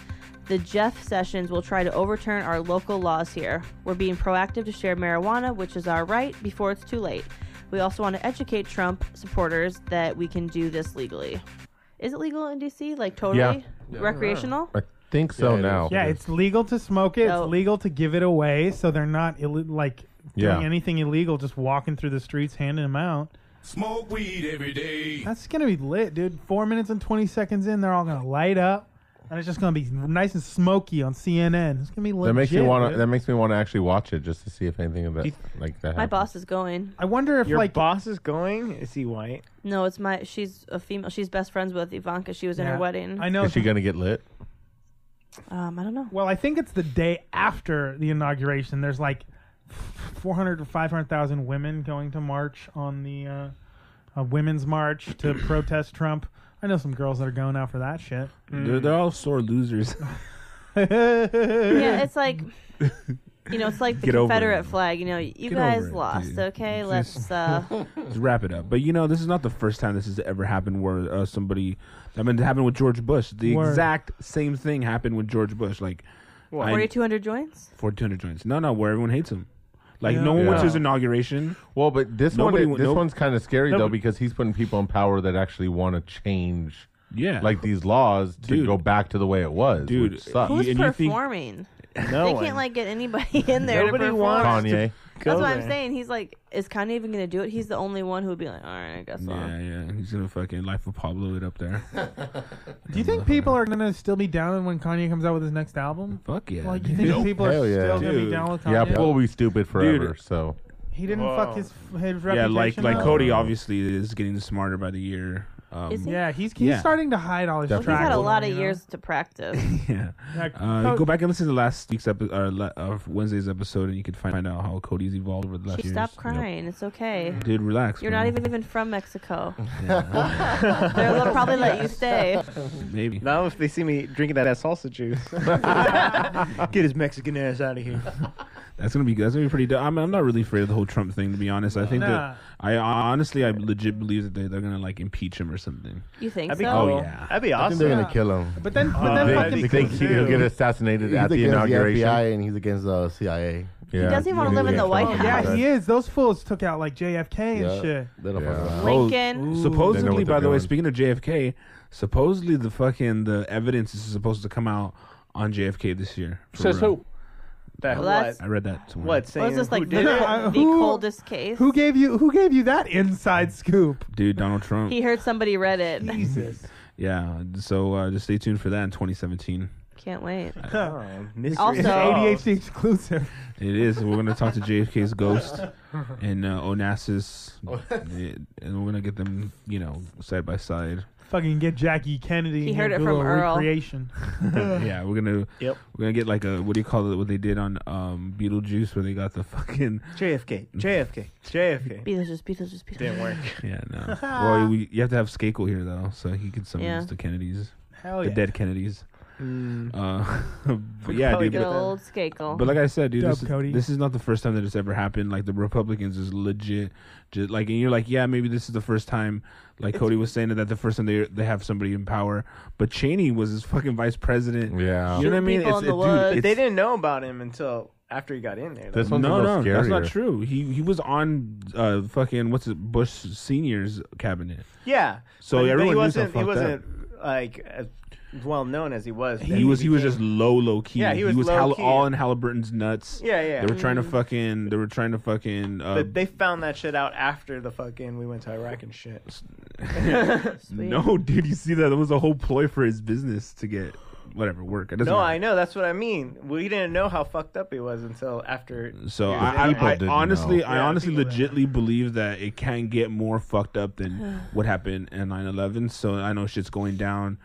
Speaker 4: the Jeff Sessions will try to overturn our local laws here. We're being proactive to share marijuana, which is our right, before it's too late. We also want to educate Trump supporters that we can do this legally. Is it legal in DC? Like totally recreational?
Speaker 3: I think so
Speaker 7: Yeah, it
Speaker 3: now.
Speaker 7: is.
Speaker 2: yeah, it's legal to smoke it.
Speaker 4: No.
Speaker 2: It's legal to give it away, so they're not Ill- like doing
Speaker 3: Yeah.
Speaker 2: anything illegal. Just walking through the streets, handing them out.
Speaker 7: Smoke weed every day.
Speaker 2: That's gonna be lit, dude. Four minutes and twenty seconds in, they're all gonna light up, and it's just gonna be nice and smoky on CNN. It's gonna be legit.
Speaker 3: that makes me want to.
Speaker 2: dude.
Speaker 3: That makes me want to actually watch it just to see if anything of that like that.
Speaker 4: My
Speaker 3: happened.
Speaker 4: boss is going.
Speaker 2: I wonder if
Speaker 5: Your
Speaker 2: like
Speaker 5: boss is going. Is he white?
Speaker 4: No, it's my. She's a female. She's best friends with Ivanka. She was in
Speaker 2: Yeah.
Speaker 4: her wedding.
Speaker 2: I know.
Speaker 3: Is she gonna get lit?
Speaker 4: um, I don't know.
Speaker 2: well, I think it's the day after the inauguration. There's like four hundred or five hundred thousand women going to march on the uh, uh, women's march to protest Trump. I know some girls that are going out for that shit.
Speaker 6: They're, they're all sore losers.
Speaker 4: yeah, it's like you know, it's like the
Speaker 6: Get over
Speaker 4: Confederate
Speaker 6: it.
Speaker 4: flag. You know, you
Speaker 6: Get
Speaker 4: guys
Speaker 6: over it,
Speaker 4: lost.
Speaker 6: dude.
Speaker 4: Okay, let's. uh
Speaker 6: Let's wrap it up. But you know, this is not the first time this has ever happened. Where uh, somebody, I mean, it happened with George Bush. The
Speaker 2: Word.
Speaker 6: exact same thing happened with George Bush. Like, I-
Speaker 4: Forty-two hundred joints.
Speaker 6: 400 joints. No, no, where everyone hates him. Like
Speaker 2: Yeah.
Speaker 6: no one went to
Speaker 3: Yeah.
Speaker 6: his inauguration.
Speaker 3: Well, but this
Speaker 6: Nobody
Speaker 3: one,
Speaker 6: w-
Speaker 3: this
Speaker 6: nope.
Speaker 3: one's kind of scary though
Speaker 2: Nobody-
Speaker 3: because he's putting people in power that actually want to change,
Speaker 6: Yeah,
Speaker 3: like these laws to
Speaker 6: Dude.
Speaker 3: go back to the way it was.
Speaker 6: Dude,
Speaker 3: which sucks.
Speaker 6: You-
Speaker 4: Who's
Speaker 6: and you think-
Speaker 4: performing?
Speaker 5: No
Speaker 4: they
Speaker 5: one.
Speaker 4: can't like get anybody in there
Speaker 5: Nobody
Speaker 4: to perform.
Speaker 5: wants-
Speaker 3: Kanye,
Speaker 5: Go
Speaker 4: That's what I'm
Speaker 5: there.
Speaker 4: saying. He's like, is Kanye even gonna do it? He's the only one who would be like, all right, I guess so.
Speaker 6: Yeah, yeah. He's gonna fucking life of Pablo it up there.
Speaker 2: Do you think people are gonna still be down when Kanye comes out with his next album?
Speaker 6: Fuck yeah.
Speaker 2: Like, you
Speaker 6: dude.
Speaker 2: think people are
Speaker 3: Hell yeah.
Speaker 2: still gonna be
Speaker 6: Dude.
Speaker 2: down with
Speaker 3: Yeah,
Speaker 2: Kanye?
Speaker 3: people will be stupid forever. So
Speaker 2: he didn't
Speaker 5: Whoa.
Speaker 2: fuck his his reputation.
Speaker 6: yeah, like like
Speaker 2: up?
Speaker 6: Cody obviously is getting smarter by the year. Um,
Speaker 4: Is he?
Speaker 2: Yeah, he's he's
Speaker 6: Yeah.
Speaker 2: starting to hide all his
Speaker 3: Well, he's
Speaker 2: tracks.
Speaker 4: He's had a
Speaker 2: now,
Speaker 4: lot of
Speaker 2: you know?
Speaker 4: years to practice.
Speaker 6: yeah.
Speaker 2: Yeah,
Speaker 6: Uh,
Speaker 2: Co-
Speaker 6: go back and listen to last week's episode, or la- uh, Wednesday's episode, and you can find out how Cody's evolved over the last
Speaker 4: She
Speaker 6: years.
Speaker 4: stopped
Speaker 6: Yep.
Speaker 4: crying. It's okay.
Speaker 6: Dude, relax.
Speaker 4: You're
Speaker 6: man.
Speaker 4: not even even from Mexico. They'll probably let you stay.
Speaker 6: Maybe.
Speaker 5: Now if they see me drinking that ass salsa juice, get his Mexican ass out of here.
Speaker 6: That's gonna be that's gonna be pretty. dope. I'm I'm not really afraid of the whole Trump thing to be honest. I think
Speaker 2: Nah.
Speaker 6: that I honestly I legit believe that they they're gonna like impeach him or something.
Speaker 4: You think
Speaker 5: That'd be
Speaker 4: so?
Speaker 5: cool.
Speaker 6: Oh, yeah.
Speaker 5: That'd be
Speaker 10: I
Speaker 5: awesome.
Speaker 10: think they're gonna kill him.
Speaker 2: But then, but
Speaker 5: Uh,
Speaker 2: then
Speaker 5: they-
Speaker 2: fucking
Speaker 5: they-
Speaker 3: you think he'll get assassinated
Speaker 10: He's
Speaker 3: at the
Speaker 10: against
Speaker 3: inauguration?
Speaker 10: the FBI and he's against the CIA.
Speaker 3: Yeah.
Speaker 4: He doesn't want to live in the White
Speaker 10: Oh,
Speaker 4: House.
Speaker 2: yeah, he is. Those fools took out like JFK and
Speaker 10: Yeah.
Speaker 2: shit.
Speaker 10: They don't
Speaker 3: Yeah.
Speaker 10: fuck around.
Speaker 4: Lincoln.
Speaker 3: They know
Speaker 6: Supposedly,
Speaker 3: what
Speaker 6: by
Speaker 3: they're
Speaker 6: the way,
Speaker 3: doing.
Speaker 6: speaking of JFK, supposedly the fucking the evidence is supposed to come out on JFK this year. for
Speaker 5: Says
Speaker 6: real.
Speaker 5: who? That
Speaker 4: Well, that's-
Speaker 6: I read that. Somewhere.
Speaker 5: What?
Speaker 4: Was
Speaker 5: Saying
Speaker 4: this
Speaker 5: who
Speaker 4: like the,
Speaker 5: did it?
Speaker 2: Uh,
Speaker 4: the
Speaker 2: who-
Speaker 4: coldest case?
Speaker 2: Who gave you Who gave you that inside scoop?
Speaker 6: dude? Donald Trump.
Speaker 4: He heard somebody read it.
Speaker 2: Jesus.
Speaker 6: yeah. So uh, just stay tuned for that in 2017.
Speaker 4: Can't wait.
Speaker 5: Oh, mystery
Speaker 4: Also-
Speaker 5: solved.
Speaker 2: ADHD exclusive.
Speaker 6: It is. We're gonna talk to JFK's ghost and uh, Onassis, eh, and we're gonna get them, you know, side by side.
Speaker 2: Fucking get Jackie Kennedy.
Speaker 4: He
Speaker 2: and
Speaker 4: heard
Speaker 2: do
Speaker 4: it from
Speaker 2: a
Speaker 4: Earl.
Speaker 2: Recreation.
Speaker 6: yeah, we're gonna
Speaker 5: Yep.
Speaker 6: we're gonna get like a what do you call it? What they did on um, Beetlejuice, where they got the fucking
Speaker 5: JFK, JFK, JFK.
Speaker 4: Beetlejuice, Beetlejuice, Beetlejuice.
Speaker 5: Didn't work.
Speaker 6: yeah no. well, we, you have to have Skakel here though, so he can summon
Speaker 4: Yeah.
Speaker 6: the Kennedys,
Speaker 2: Hell
Speaker 6: the
Speaker 4: Oh,
Speaker 2: yeah.
Speaker 6: dead Kennedys.
Speaker 5: Mm.
Speaker 6: Uh, but yeah,
Speaker 5: Probably
Speaker 4: Good
Speaker 6: dude.
Speaker 5: But-
Speaker 4: old Skakel.
Speaker 6: But like I said, dude,
Speaker 2: Dub,
Speaker 6: this is,
Speaker 2: Cody.
Speaker 6: this is not the first time that it's ever happened. Like the Republicans is legit, just like, and you're like, yeah, maybe this is the first time. Like Cody was saying that the first time they they have somebody in power, but Cheney was his fucking vice president.
Speaker 3: Yeah.
Speaker 6: you know what I
Speaker 4: Shooting
Speaker 6: mean?
Speaker 4: people in the
Speaker 6: dude,
Speaker 4: woods.
Speaker 6: it's-
Speaker 5: They didn't know about him until after he got in there. though.
Speaker 3: This one's a
Speaker 6: no,
Speaker 3: little
Speaker 6: no,
Speaker 3: scarier.
Speaker 6: that's not true. He he was on uh fucking what's it Bush senior's cabinet.
Speaker 5: Yeah.
Speaker 6: So
Speaker 5: but, but
Speaker 6: everyone
Speaker 5: he
Speaker 6: knew
Speaker 5: wasn't.
Speaker 6: stuff
Speaker 5: he
Speaker 6: like that.
Speaker 5: wasn't like as well known as he was.
Speaker 6: He,
Speaker 5: then
Speaker 6: was he was
Speaker 5: became.
Speaker 6: just low low key.
Speaker 5: Yeah, he was low
Speaker 6: Hal-
Speaker 5: key.
Speaker 6: all in Halliburton's nuts.
Speaker 5: Yeah, yeah.
Speaker 6: They were trying to fucking. They were trying to fucking. Uh,
Speaker 5: But they found that shit out after the fucking we went to Iraq and shit.
Speaker 4: Sweet.
Speaker 6: no, dude, you see that? That was a whole ploy for his business to get whatever work. It doesn't
Speaker 5: No, I
Speaker 6: matter.
Speaker 5: know. That's what I mean. We didn't know how fucked up he was until after.
Speaker 6: So
Speaker 5: Yeah,
Speaker 6: I,
Speaker 5: people
Speaker 6: I, I
Speaker 3: didn't
Speaker 6: honestly,
Speaker 3: know.
Speaker 6: I
Speaker 5: Yeah,
Speaker 6: honestly,
Speaker 2: people didn't
Speaker 6: legitly believe that it can get more fucked up than what happened in 9-11. So I know shit's going down.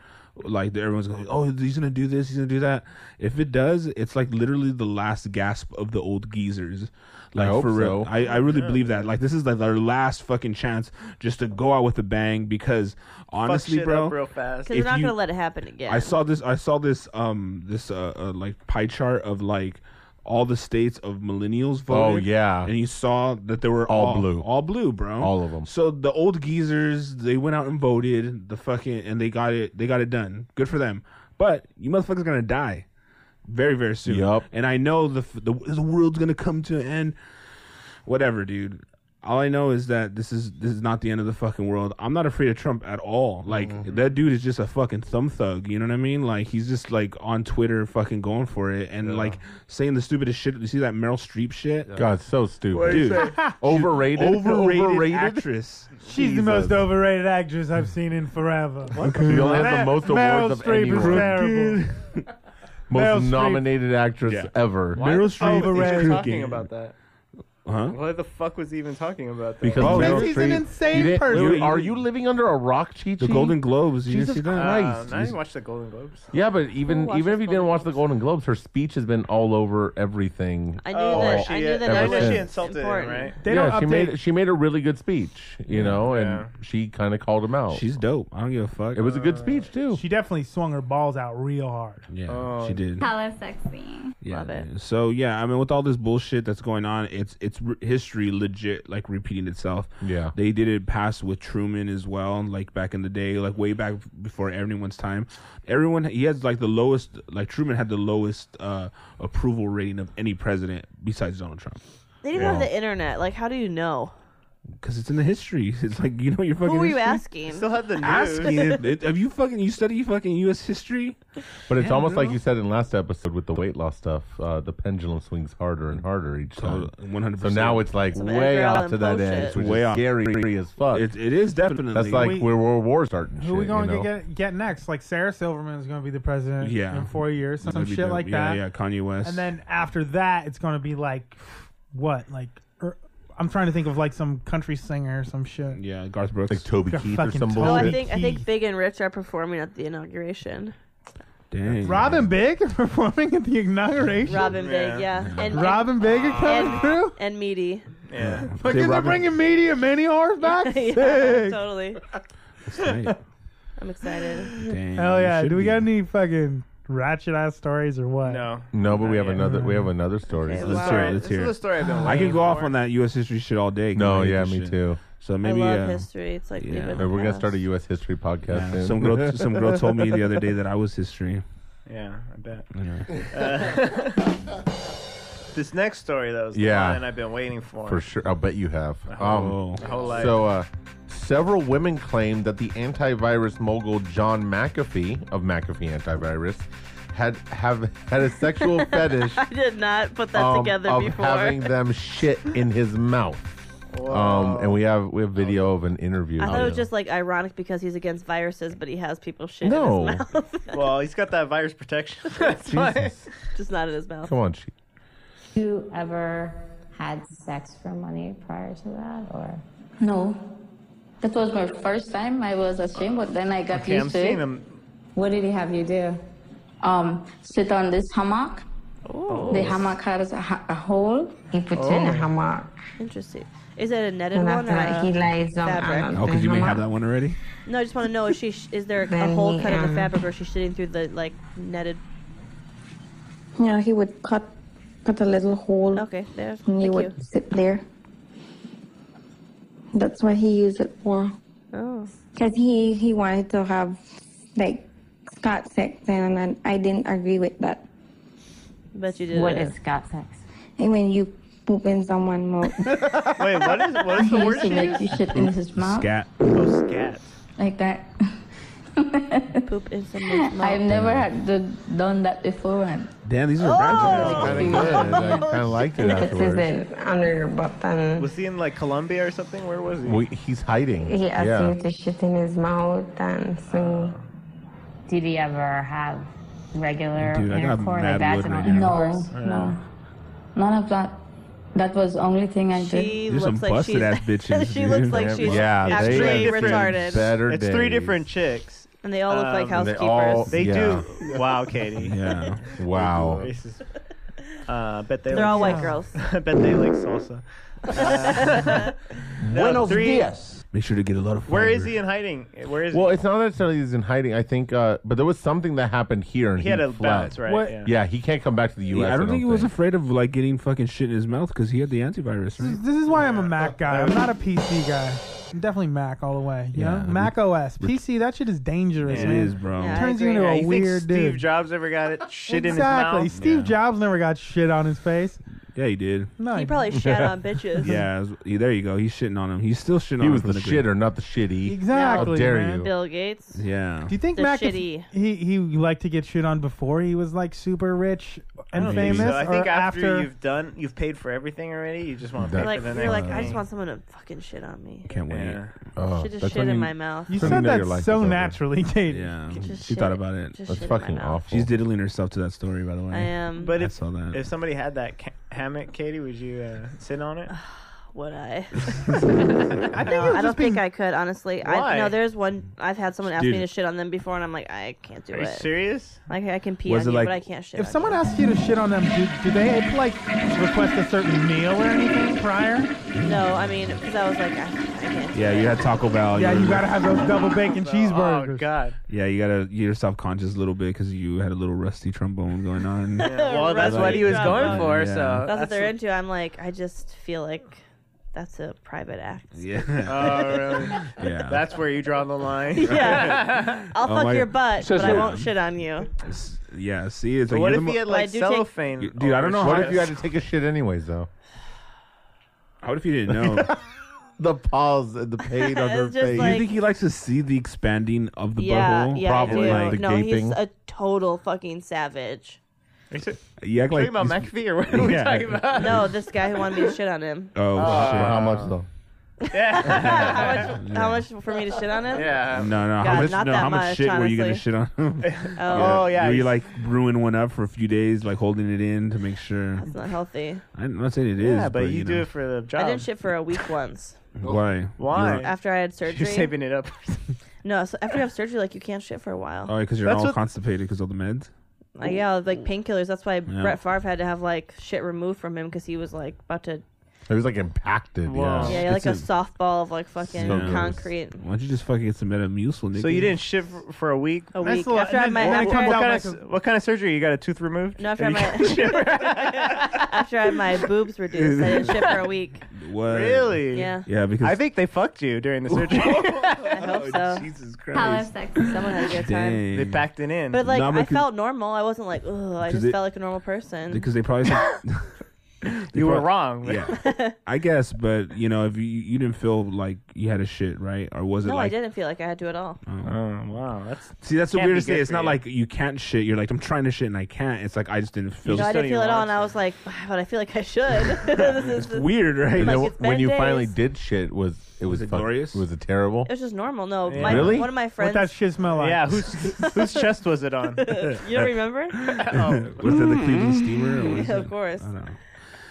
Speaker 6: Like everyone's going, oh, he's gonna do this, he's gonna do that. If it does, it's like literally the last gasp of the old geezers. Like
Speaker 3: hope
Speaker 6: for real,
Speaker 3: so.
Speaker 6: I, I really believe that. Like this is like our last fucking chance just to go out with a bang. Because honestly,
Speaker 5: fuck shit
Speaker 6: bro,
Speaker 5: up real fast.
Speaker 4: Because
Speaker 6: if
Speaker 4: we're not
Speaker 6: you-
Speaker 4: gonna let it happen again.
Speaker 6: I saw this. I saw this. Um, this uh, uh like pie chart of like all the states of millennials
Speaker 3: Oh,
Speaker 6: voted.
Speaker 3: yeah.
Speaker 6: and you saw that they were
Speaker 3: All
Speaker 6: all,
Speaker 3: blue.
Speaker 6: all blue, bro.
Speaker 3: All of 'em.
Speaker 6: So the old geezers, they went out and voted. The fucking and they got it. They got it done. Good for them. But you motherfuckers gonna die very very soon.
Speaker 3: Yup.
Speaker 6: And I know the f- the, the world's gonna come to an end. Whatever, dude. All I know is that this is this is not the end of the fucking world. I'm not afraid of Trump at all. Like that dude is just a fucking thumb thug. You know what I mean? Like he's just like on Twitter, fucking going for it and like saying the stupidest shit. You see that Meryl Streep shit?
Speaker 3: Oh, God, so stupid.
Speaker 6: Dude,
Speaker 3: overrated.
Speaker 6: overrated, actress.
Speaker 2: She's the most overrated actress I've seen in forever.
Speaker 3: She only has the
Speaker 2: Mer-
Speaker 3: most
Speaker 2: Meryl
Speaker 3: awards of
Speaker 2: Streep is
Speaker 3: anyone.
Speaker 2: terrible.
Speaker 3: Most
Speaker 2: Meryl Streep.
Speaker 3: nominated actress
Speaker 6: Yeah.
Speaker 3: ever.
Speaker 6: Meryl
Speaker 5: Oh,
Speaker 6: Streep
Speaker 5: he was
Speaker 6: is
Speaker 5: talking
Speaker 6: crooked.
Speaker 5: about that.
Speaker 6: Huh?
Speaker 5: What the fuck was he even talking about that?
Speaker 3: Because
Speaker 6: Oh,
Speaker 2: Because
Speaker 3: Meryl
Speaker 2: he's an
Speaker 3: Streep- You
Speaker 2: insane
Speaker 3: didn't-
Speaker 2: person.
Speaker 3: you- are you living under a rock, Chi
Speaker 6: The Golden Globes. You
Speaker 3: Jesus
Speaker 6: didn't see
Speaker 5: Uh,
Speaker 6: that?
Speaker 3: Christ.
Speaker 5: I didn't watch the Golden Globes.
Speaker 3: Yeah, but
Speaker 4: Who
Speaker 3: even
Speaker 4: watches
Speaker 3: even if you didn't
Speaker 4: Golden
Speaker 3: watch the
Speaker 4: Globes?
Speaker 3: Golden Globes, her speech has been all over everything.
Speaker 4: I knew
Speaker 5: Oh,
Speaker 4: that.
Speaker 5: she-
Speaker 4: I knew that.
Speaker 3: ever
Speaker 4: that
Speaker 5: I know
Speaker 4: was
Speaker 5: she
Speaker 3: since.
Speaker 5: insulted
Speaker 4: important.
Speaker 5: him, right?
Speaker 2: They
Speaker 3: yeah,
Speaker 2: don't
Speaker 3: she
Speaker 2: update.
Speaker 3: made she made a really good speech, you know,
Speaker 5: Yeah.
Speaker 3: and she kind of called him out.
Speaker 6: She's dope. I don't give a fuck.
Speaker 3: it was a good speech too.
Speaker 2: she definitely swung her balls out real hard.
Speaker 6: Yeah,
Speaker 5: Oh.
Speaker 6: she did.
Speaker 11: Hella sexy.
Speaker 6: Yeah.
Speaker 4: Love it.
Speaker 6: So yeah, I mean, with all this bullshit that's going on, it's it's re- history legit like repeating itself.
Speaker 3: Yeah.
Speaker 6: they did it past with Truman as well, like back in the day, like way back before everyone's time. Everyone he has like the lowest, like Truman had the lowest uh, approval rating of any president besides Donald Trump.
Speaker 4: They didn't have the internet. Like, how do you know?
Speaker 6: because it's in the history. It's like you know your fucking.
Speaker 4: Who were you
Speaker 6: history?
Speaker 4: asking?
Speaker 5: Still had the news.
Speaker 6: Asking it, it- have you fucking you study fucking U.S. history?
Speaker 3: But it's
Speaker 6: Yeah,
Speaker 3: almost like
Speaker 6: bro.
Speaker 3: you said in last episode with the weight loss stuff. Uh, the pendulum swings harder and harder each time.
Speaker 6: Uh, One hundred.
Speaker 3: So now it's like
Speaker 4: Some
Speaker 3: way
Speaker 4: Edgar
Speaker 3: off
Speaker 4: Allan
Speaker 3: to that
Speaker 4: Poe
Speaker 3: edge,
Speaker 4: shit.
Speaker 3: which
Speaker 6: Way
Speaker 3: is
Speaker 6: off.
Speaker 3: scary as fuck.
Speaker 6: it, it is definitely
Speaker 3: That's like
Speaker 2: Wait.
Speaker 3: where World War starting.
Speaker 2: Who are we going
Speaker 3: you know?
Speaker 2: to get get next? Like Sarah Silverman is going to be the president
Speaker 6: Yeah.
Speaker 2: in four years, some
Speaker 6: That'd be
Speaker 2: shit
Speaker 6: dope.
Speaker 2: like
Speaker 6: yeah,
Speaker 2: that.
Speaker 6: Yeah, Kanye West.
Speaker 2: And then after that, it's going to be like what? Like er, I'm trying to think of like some country singer, or some shit.
Speaker 6: yeah, Garth Brooks.
Speaker 3: Like Toby
Speaker 2: You're
Speaker 3: Keith or
Speaker 2: fucking
Speaker 3: some
Speaker 2: told.
Speaker 4: Oh, I
Speaker 2: Big
Speaker 3: bullshit.
Speaker 4: think I think
Speaker 2: Keith.
Speaker 4: Big and Rich are performing at the inauguration.
Speaker 6: Dang.
Speaker 2: Robin Big performing at the inauguration.
Speaker 4: Robin Big,
Speaker 5: Yeah.
Speaker 4: yeah, and
Speaker 2: Robin Big are coming
Speaker 4: And-
Speaker 2: through.
Speaker 4: and Meaty.
Speaker 5: Yeah.
Speaker 2: Fucking they're
Speaker 3: Robin-
Speaker 2: bringing media mini horse back.
Speaker 4: yeah,
Speaker 2: Sick.
Speaker 4: totally.
Speaker 6: That's right.
Speaker 4: I'm excited.
Speaker 6: Dang.
Speaker 2: Hell
Speaker 6: you
Speaker 2: yeah!
Speaker 6: should
Speaker 2: Do we
Speaker 6: be.
Speaker 2: got any fucking ratchet ass stories or what?
Speaker 5: No.
Speaker 3: No, but we have
Speaker 5: Yeah.
Speaker 3: another. We have another story.
Speaker 4: Okay,
Speaker 6: Let's
Speaker 4: wow.
Speaker 6: hear it. Let's
Speaker 5: This
Speaker 6: hear
Speaker 5: is a
Speaker 6: it.
Speaker 5: story I've been.
Speaker 6: I can
Speaker 5: waiting
Speaker 6: go off
Speaker 5: for.
Speaker 6: on that U.S. history shit all day. 'cause I
Speaker 3: No,
Speaker 6: hate
Speaker 3: yeah,
Speaker 6: this
Speaker 3: me
Speaker 6: shit.
Speaker 3: too.
Speaker 6: So maybe
Speaker 4: I love
Speaker 6: uh,
Speaker 4: history. It's like
Speaker 6: yeah.
Speaker 4: yeah.
Speaker 6: And
Speaker 3: We're gonna start a U.S. history podcast.
Speaker 6: yeah,
Speaker 3: soon.
Speaker 6: some girl, some girl told me the other day that I was history.
Speaker 5: Yeah, I bet.
Speaker 3: Um,
Speaker 5: Uh,
Speaker 6: Anyway.
Speaker 5: This next story though is the
Speaker 3: Yeah.
Speaker 5: one I've been waiting for.
Speaker 3: For sure. I'll bet you have.
Speaker 6: Oh.
Speaker 3: Um,
Speaker 5: My whole life.
Speaker 3: so, uh, several women claimed that the antivirus mogul John McAfee of McAfee Antivirus had have had a sexual fetish
Speaker 4: I did not put that
Speaker 3: um,
Speaker 4: together
Speaker 3: of
Speaker 4: before.
Speaker 3: having them shit in his mouth. Um, and we have we have video of an interview.
Speaker 4: I thought it was
Speaker 3: Oh, Yeah.
Speaker 4: just like ironic because he's against viruses, but he has people shit
Speaker 3: No.
Speaker 4: in his mouth,
Speaker 5: well, he's got that virus protection. That's why.
Speaker 3: Jesus.
Speaker 4: just not in his mouth.
Speaker 3: Come on, she.
Speaker 11: you ever had sex for money prior to that or no that was my first time i was ashamed but then i got
Speaker 5: Okay,
Speaker 11: used
Speaker 5: I'm
Speaker 11: to
Speaker 5: seeing
Speaker 11: it
Speaker 5: him.
Speaker 11: what did he have you do um sit on this hammock
Speaker 5: Oh.
Speaker 11: the hammock has a, ha- a hole he puts in a hammock
Speaker 4: Interesting. Is that a netted one or a-
Speaker 11: lies
Speaker 4: on- fabric. on
Speaker 6: Oh, because you may have that one already.
Speaker 4: no? I just want to know: is she is there a
Speaker 11: Then
Speaker 4: hole
Speaker 11: he,
Speaker 4: cut in the
Speaker 11: um,
Speaker 4: fabric, or is she shitting through the like netted?
Speaker 11: you know he would cut cut a little hole
Speaker 4: Okay, there.
Speaker 11: and
Speaker 4: Thank
Speaker 11: he
Speaker 4: you.
Speaker 11: would sit there that's what he used it for
Speaker 4: Oh,
Speaker 11: because he he wanted to have like Scott sex and then I didn't agree with that.
Speaker 4: bet you did. it.
Speaker 11: Scott sex? And when you poop in someone's mouth,
Speaker 5: Wait, what is what is the
Speaker 11: he
Speaker 5: word
Speaker 11: used to
Speaker 5: she
Speaker 11: make
Speaker 5: used?
Speaker 11: you shit in his mouth
Speaker 6: Scat.
Speaker 5: Oh, scat.
Speaker 11: like that.
Speaker 4: poop in someone's mouth?
Speaker 11: I've never had to, done that before. And
Speaker 6: Damn, these are
Speaker 4: Oh.
Speaker 6: ratchet.
Speaker 3: Kind of good. I kind of liked it afterwards.
Speaker 11: under your button.
Speaker 5: Was he in like Colombia or something? Where was he?
Speaker 3: We, he's hiding.
Speaker 11: to shit in his mouth and so. Did he ever have regular
Speaker 6: Dude, I got
Speaker 11: intercourse,
Speaker 6: mad wood right
Speaker 11: No,
Speaker 6: now.
Speaker 11: no, none of that. That was the only thing I did.
Speaker 4: She
Speaker 6: There's
Speaker 4: looks
Speaker 6: some
Speaker 4: like
Speaker 6: busted
Speaker 4: she's
Speaker 6: ass bitches,
Speaker 4: she
Speaker 6: dude.
Speaker 4: looks like
Speaker 3: Yeah,
Speaker 4: she's
Speaker 3: yeah, they
Speaker 5: It's
Speaker 4: actually
Speaker 5: three
Speaker 3: had
Speaker 5: different-
Speaker 4: retarded,
Speaker 3: Better
Speaker 5: it's three
Speaker 3: days.
Speaker 5: different chicks.
Speaker 4: and they all look like
Speaker 5: Um,
Speaker 3: they
Speaker 4: housekeepers.
Speaker 3: all-
Speaker 5: They
Speaker 3: Yeah.
Speaker 5: do. Wow, Katie.
Speaker 6: Yeah.
Speaker 3: Wow.
Speaker 5: Racist. Uh, I bet they
Speaker 4: They're all
Speaker 5: like
Speaker 4: white girls.
Speaker 5: I bet they like salsa. Uh, no, three-
Speaker 6: Make sure to get a lot of. Fiber.
Speaker 5: Where is he in hiding? Where is
Speaker 3: Well,
Speaker 5: he?
Speaker 3: it's not necessarily he's in hiding. I think, uh, but there was something that happened here, and
Speaker 5: He
Speaker 3: he,
Speaker 5: had a
Speaker 3: fled.
Speaker 5: bounce, right?
Speaker 2: What-
Speaker 3: Yeah, he can't come back to the U.S.
Speaker 6: Yeah, I don't think he was
Speaker 3: think.
Speaker 6: afraid of like getting fucking shit in his mouth because he had the antivirus, right?
Speaker 2: This is why I'm a Mac guy. I'm not a PC guy. I'm definitely Mac all the way. You
Speaker 6: Yeah.
Speaker 2: know, Mac OS, PC. That shit is dangerous.
Speaker 6: It
Speaker 2: man.
Speaker 6: is, bro.
Speaker 4: Yeah.
Speaker 2: Turns
Speaker 4: I
Speaker 2: you into
Speaker 5: Yeah,
Speaker 2: a
Speaker 5: you think
Speaker 2: weird
Speaker 5: Steve
Speaker 2: dude.
Speaker 5: Jobs ever got it shit
Speaker 2: exactly.
Speaker 5: in his mouth?
Speaker 2: Steve
Speaker 6: Yeah.
Speaker 2: Jobs never got shit on his face.
Speaker 6: Yeah, he did.
Speaker 2: No,
Speaker 4: He probably shat on bitches.
Speaker 6: Yeah, it was- he- there you go. He's shitting on him. He's still shitting on
Speaker 3: He
Speaker 6: him.
Speaker 3: was
Speaker 6: from
Speaker 3: the shitter, not the shitty.
Speaker 2: exactly.
Speaker 3: How dare
Speaker 2: man.
Speaker 3: you.
Speaker 4: Bill Gates.
Speaker 6: grave. Yeah.
Speaker 2: Do you think
Speaker 4: The
Speaker 2: Mac if
Speaker 4: shitty.
Speaker 2: he he liked to get shit on before he was like super rich
Speaker 5: I
Speaker 2: and
Speaker 5: don't think
Speaker 2: famous?
Speaker 5: so. I think
Speaker 2: or
Speaker 5: after, you've done, you've paid for everything already. You just want to
Speaker 3: That-
Speaker 5: pay
Speaker 4: You're like,
Speaker 5: for the
Speaker 4: you're
Speaker 5: next
Speaker 4: like,
Speaker 5: thing.
Speaker 4: I
Speaker 6: Mm.
Speaker 4: just want someone to fucking shit on me.
Speaker 6: Can't wait.
Speaker 5: Yeah.
Speaker 3: Oh,
Speaker 4: She just
Speaker 3: that's
Speaker 4: shit
Speaker 3: when
Speaker 4: in
Speaker 3: you-
Speaker 4: my mouth.
Speaker 2: you
Speaker 3: That's when
Speaker 2: said
Speaker 3: you know your
Speaker 2: that
Speaker 3: life
Speaker 2: so
Speaker 3: is over.
Speaker 2: naturally, Katie.
Speaker 6: Yeah.
Speaker 4: Just
Speaker 6: She
Speaker 4: shit
Speaker 6: thought
Speaker 4: it-
Speaker 6: about it.
Speaker 4: Just
Speaker 3: That's
Speaker 4: shit in my
Speaker 3: fucking
Speaker 4: mouth.
Speaker 3: awful.
Speaker 6: She's diddling herself to that story, by the way.
Speaker 4: I am.
Speaker 5: But
Speaker 6: I
Speaker 5: if
Speaker 6: saw that.
Speaker 5: if somebody had that ca- hammock, Katie, would you uh, sit on it?
Speaker 4: Would I?
Speaker 2: I think it
Speaker 4: No,
Speaker 2: was
Speaker 4: I don't
Speaker 2: just being-
Speaker 4: think I could, honestly.
Speaker 5: Why?
Speaker 4: I No, there's one. I've had someone ask me
Speaker 6: Dude.
Speaker 4: to shit on them before, and I'm like, I can't do
Speaker 5: Are you
Speaker 4: it.
Speaker 5: serious?
Speaker 4: Like, I can pee
Speaker 6: Was
Speaker 4: on
Speaker 6: it
Speaker 4: you,
Speaker 6: like-
Speaker 4: but I can't shit
Speaker 2: If
Speaker 4: on
Speaker 2: someone
Speaker 4: you.
Speaker 2: asks you to shit on them, do, do they like request a certain meal or anything prior?
Speaker 4: No, I mean, because I was like, I, I can't. do
Speaker 6: yeah,
Speaker 4: it.
Speaker 6: you had Taco Bell.
Speaker 2: Yeah,
Speaker 6: were-
Speaker 2: you gotta have those double bacon
Speaker 5: Oh,
Speaker 2: cheeseburgers.
Speaker 5: God.
Speaker 6: Yeah, you gotta. You're self conscious a little bit because you had a little rusty trombone going on.
Speaker 5: Yeah, Well, that's
Speaker 4: Right.
Speaker 5: what he was
Speaker 4: Yeah.
Speaker 5: going for,
Speaker 6: Yeah.
Speaker 5: so.
Speaker 4: That's, what they're into. I'm like, I just feel like that's a private act.
Speaker 6: yeah.
Speaker 5: Oh, really?
Speaker 6: yeah.
Speaker 5: That's where you draw the line.
Speaker 4: Yeah. I'll
Speaker 6: Oh
Speaker 4: fuck
Speaker 6: my-
Speaker 4: your butt,
Speaker 6: So-
Speaker 4: but I
Speaker 6: so-
Speaker 4: won't shit on you.
Speaker 6: That's yeah. See, it's like
Speaker 5: what
Speaker 6: you're
Speaker 5: if he
Speaker 6: the mo-
Speaker 5: had
Speaker 4: Well, I
Speaker 5: like
Speaker 4: do take-
Speaker 5: cellophane?
Speaker 6: You- dude, I don't know
Speaker 5: over
Speaker 6: how
Speaker 5: his
Speaker 3: What
Speaker 6: to-
Speaker 3: if you had
Speaker 5: chest?
Speaker 3: to take a shit anyways, though?
Speaker 6: How if you didn't know?
Speaker 10: the pause and the pain on her
Speaker 4: It's just
Speaker 10: face.
Speaker 4: like-
Speaker 6: you think he likes to see the expanding of the
Speaker 4: yeah,
Speaker 6: butthole?
Speaker 4: yeah, I do. no, he's a total fucking savage.
Speaker 6: You act
Speaker 5: Are
Speaker 6: like
Speaker 5: you talking about
Speaker 6: he's-
Speaker 5: McAfee or what are we
Speaker 6: Yeah.
Speaker 5: talking about?
Speaker 4: No, this guy who wanted me to shit on him.
Speaker 6: Oh,
Speaker 10: Uh,
Speaker 6: shit!
Speaker 10: How much though?
Speaker 4: how much? How much for me to shit on him?
Speaker 5: Yeah.
Speaker 6: No, no.
Speaker 4: God,
Speaker 6: how much?
Speaker 4: not
Speaker 6: No,
Speaker 4: that
Speaker 6: how much
Speaker 4: much,
Speaker 6: shit were you gonna
Speaker 4: honestly.
Speaker 6: shit on? him?
Speaker 4: Oh.
Speaker 5: yeah,
Speaker 6: Were you
Speaker 5: he's-
Speaker 6: like brewing one up for a few days, like holding it in to make sure?
Speaker 4: It's not healthy.
Speaker 6: I'm not saying it is.
Speaker 5: Yeah, but, you, do
Speaker 6: know.
Speaker 5: it for the
Speaker 4: I
Speaker 5: job.
Speaker 4: didn't shit for a week once
Speaker 6: Why?
Speaker 5: Why?
Speaker 4: after I had surgery.
Speaker 5: You're saving it up.
Speaker 4: No, so after you have surgery, like you can't shit for a while.
Speaker 6: Oh, because you're
Speaker 5: That's
Speaker 6: all
Speaker 5: what-
Speaker 6: constipated because of the meds.
Speaker 4: Like, yeah, like painkillers. That's why Brett Favre had to have like shit removed from him because he was like about to,
Speaker 3: It was like impacted.
Speaker 5: Wow.
Speaker 3: Yeah.
Speaker 4: yeah, like a,
Speaker 6: That's
Speaker 4: softball of like fucking
Speaker 6: So gross.
Speaker 4: concrete.
Speaker 6: Why don't you just fucking get some Metamucil, nigga?
Speaker 5: so you didn't shit for, for a week?
Speaker 4: A
Speaker 5: That's
Speaker 4: week.
Speaker 5: a lot.
Speaker 4: After I-
Speaker 5: And
Speaker 4: my-
Speaker 5: what-
Speaker 4: after I-
Speaker 5: what, kind of, s- what kind of surgery? You got a tooth removed?
Speaker 4: No, after I
Speaker 5: And you
Speaker 4: had
Speaker 5: can't
Speaker 4: my
Speaker 5: shit for-
Speaker 4: after I had my boobs reduced, I didn't shit for a week.
Speaker 6: What?
Speaker 5: Really?
Speaker 4: Yeah,
Speaker 6: Yeah, because
Speaker 5: I think they fucked you during the surgery.
Speaker 4: I hope so.
Speaker 6: Jesus
Speaker 11: I'll have sex with
Speaker 4: Someone
Speaker 11: someone
Speaker 4: had a good time.
Speaker 6: Oh, Dang.
Speaker 5: they backed it in.
Speaker 4: But like,
Speaker 6: Nah,
Speaker 4: I
Speaker 6: because-
Speaker 4: felt normal. I wasn't like, ugh. I
Speaker 6: 'Cause
Speaker 4: just
Speaker 6: it-
Speaker 4: felt like a normal person.
Speaker 6: because they probably said,
Speaker 5: you were
Speaker 6: prob-
Speaker 5: wrong.
Speaker 6: yeah, I guess, but you know, if you you didn't feel like you had a shit, right? Or was it
Speaker 4: no,
Speaker 6: like
Speaker 4: I didn't feel like I had to at all.
Speaker 5: Oh wow, that's
Speaker 6: See, that's the
Speaker 5: Can't be
Speaker 6: weirdest thing.
Speaker 5: good
Speaker 6: It's
Speaker 5: for
Speaker 6: not
Speaker 5: you.
Speaker 6: like you can't shit. You're like, I'm trying to shit and I can't. It's like I just didn't feel.
Speaker 4: No, I
Speaker 5: just
Speaker 4: didn't
Speaker 5: don't
Speaker 4: feel
Speaker 5: even
Speaker 4: at all,
Speaker 5: want
Speaker 4: and I
Speaker 5: to.
Speaker 4: was like, but I feel like I should. this is
Speaker 6: it's weird, right?
Speaker 3: And then
Speaker 4: Like, it's
Speaker 3: when
Speaker 4: been
Speaker 3: you finally
Speaker 4: days.
Speaker 3: did shit, was it was,
Speaker 6: Was it
Speaker 3: fuck-
Speaker 6: glorious?
Speaker 3: Was it terrible?
Speaker 4: It was just normal. No,
Speaker 5: Yeah.
Speaker 4: my,
Speaker 3: Really?
Speaker 4: one of my
Speaker 2: What
Speaker 4: friends.
Speaker 2: that shit smell like?
Speaker 5: yeah. Whose whose chest was it on?
Speaker 4: you don't remember?
Speaker 6: was it the Cleveland steamer? Or was
Speaker 4: Yeah, Oh. Mm.
Speaker 6: it?
Speaker 4: of course.
Speaker 6: I don't know.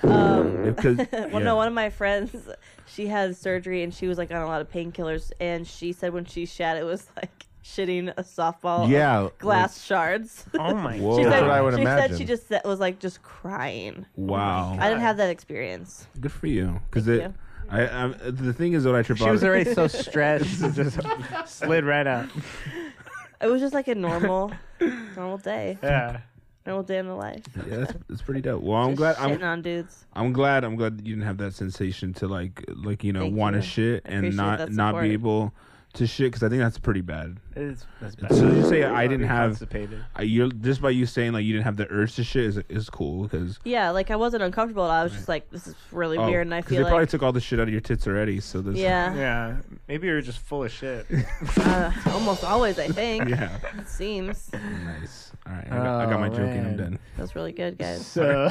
Speaker 4: Um,
Speaker 6: Because
Speaker 4: well, no, one of my friends, she had surgery and she was like on a lot of painkillers, and she said when she shat, it was like shitting a softball of
Speaker 3: Yeah,
Speaker 4: glass shards.
Speaker 5: Oh my.
Speaker 6: Whoa.
Speaker 4: she
Speaker 3: That's
Speaker 4: said,
Speaker 3: what I would
Speaker 4: she said she
Speaker 3: imagine.
Speaker 4: just said, was like just crying.
Speaker 6: wow,
Speaker 4: I didn't have that experience.
Speaker 6: good for you. Because it,
Speaker 4: you.
Speaker 6: I, I, the thing is what I trip
Speaker 5: She
Speaker 6: out-
Speaker 5: was already so stressed, it just slid right out.
Speaker 4: It was just like a normal, normal day,
Speaker 5: Yeah.
Speaker 4: normal day in the life.
Speaker 6: Yeah, that's, that's pretty dope. Well, I'm
Speaker 4: Just
Speaker 6: glad.
Speaker 4: shitting
Speaker 6: I'm,
Speaker 4: on dudes.
Speaker 6: I'm glad. I'm glad you didn't have that sensation to like, like you know,
Speaker 4: Thank
Speaker 6: want to
Speaker 4: you.
Speaker 6: shit
Speaker 4: I
Speaker 6: and
Speaker 4: appreciate
Speaker 6: not
Speaker 4: that
Speaker 6: not
Speaker 4: support.
Speaker 6: be able to shit because I think that's pretty bad.
Speaker 5: It's, that's bad.
Speaker 6: So you say I
Speaker 5: You're
Speaker 6: didn't have-
Speaker 5: constipated.
Speaker 6: I, you're just by you saying like you didn't have the urge to shit is is cool because
Speaker 4: Yeah, like I wasn't uncomfortable. at all. I was just like, this is really
Speaker 6: oh,
Speaker 4: weird, and I
Speaker 6: 'cause
Speaker 4: feel
Speaker 6: they
Speaker 4: like
Speaker 6: probably took all the shit out of your tits already. So there's
Speaker 4: yeah,
Speaker 5: Yeah. Maybe you're just full of shit.
Speaker 4: uh, almost always I think
Speaker 6: yeah.
Speaker 4: it seems.
Speaker 6: Nice. All right, I got, I got my
Speaker 5: Oh,
Speaker 6: joke in. I'm
Speaker 5: man.
Speaker 6: done.
Speaker 4: That's really good, guys.
Speaker 5: So,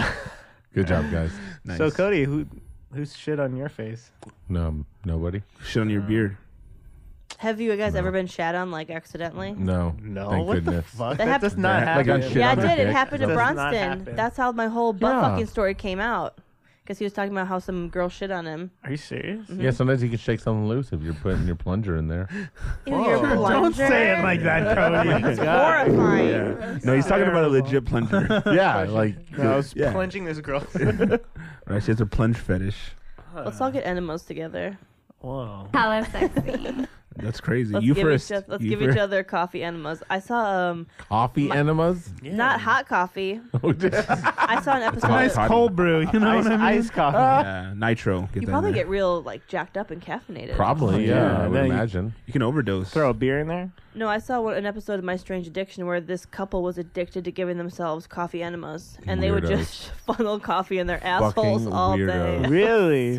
Speaker 3: Good job, guys.
Speaker 6: Nice.
Speaker 5: so Cody, who who's shit on your face?
Speaker 3: No, nobody.
Speaker 6: shit on your beard.
Speaker 4: Have you guys ever been shat on like accidentally?
Speaker 3: No,
Speaker 5: No,
Speaker 3: Thank
Speaker 5: what the
Speaker 3: goodness.
Speaker 5: That,
Speaker 4: That hap-
Speaker 5: does not
Speaker 3: That- like
Speaker 5: happen.
Speaker 3: on shit
Speaker 4: yeah, I
Speaker 3: on your
Speaker 4: did. It
Speaker 3: dick.
Speaker 4: happened to
Speaker 5: Does not
Speaker 4: Bronston.
Speaker 5: happen.
Speaker 4: That's how my whole butt
Speaker 3: Yeah.
Speaker 4: fucking story came out. Because he was talking about how some girl shit on him.
Speaker 5: Are you serious?
Speaker 3: Yeah, sometimes you can shake something loose if you're putting your plunger in there.
Speaker 4: Ew, your
Speaker 5: Whoa.
Speaker 4: plunger.
Speaker 2: Don't say it like that, Cody.
Speaker 4: Horrifying.
Speaker 6: Yeah. No, he's talking about a legit plunger.
Speaker 3: yeah, like
Speaker 5: No, I was
Speaker 6: Yeah.
Speaker 5: plunging this girl.
Speaker 6: right, she has a plunge fetish.
Speaker 4: Let's all get enemas together.
Speaker 5: Whoa.
Speaker 11: I'll have sex with me.
Speaker 6: That's crazy.
Speaker 4: Let's
Speaker 6: you
Speaker 4: give
Speaker 6: first.
Speaker 4: Each, oth- let's
Speaker 6: you
Speaker 4: give each
Speaker 6: first.
Speaker 4: other coffee enemas. I saw um
Speaker 3: coffee enemas.
Speaker 4: not hot coffee.
Speaker 3: yeah,
Speaker 4: I saw an episode.
Speaker 6: hot
Speaker 2: Nice
Speaker 6: Cotton.
Speaker 2: cold brew. You know
Speaker 5: Ice,
Speaker 2: what I mean?
Speaker 5: ice coffee.
Speaker 6: Yeah, nitro. Get
Speaker 4: you
Speaker 6: that
Speaker 4: probably
Speaker 6: in there.
Speaker 4: get real like jacked up and caffeinated.
Speaker 3: probably. Yeah,
Speaker 6: Yeah,
Speaker 3: I
Speaker 6: no,
Speaker 3: would
Speaker 6: you-
Speaker 3: imagine.
Speaker 6: You can overdose.
Speaker 5: Throw a beer in there.
Speaker 4: No, I saw one, an episode of My Strange Addiction where this couple was addicted to giving themselves coffee enemas, and they would
Speaker 3: Weirdos.
Speaker 4: just funnel coffee in their assholes
Speaker 3: Fucking
Speaker 4: all
Speaker 3: weirdos.
Speaker 4: day.
Speaker 5: Really?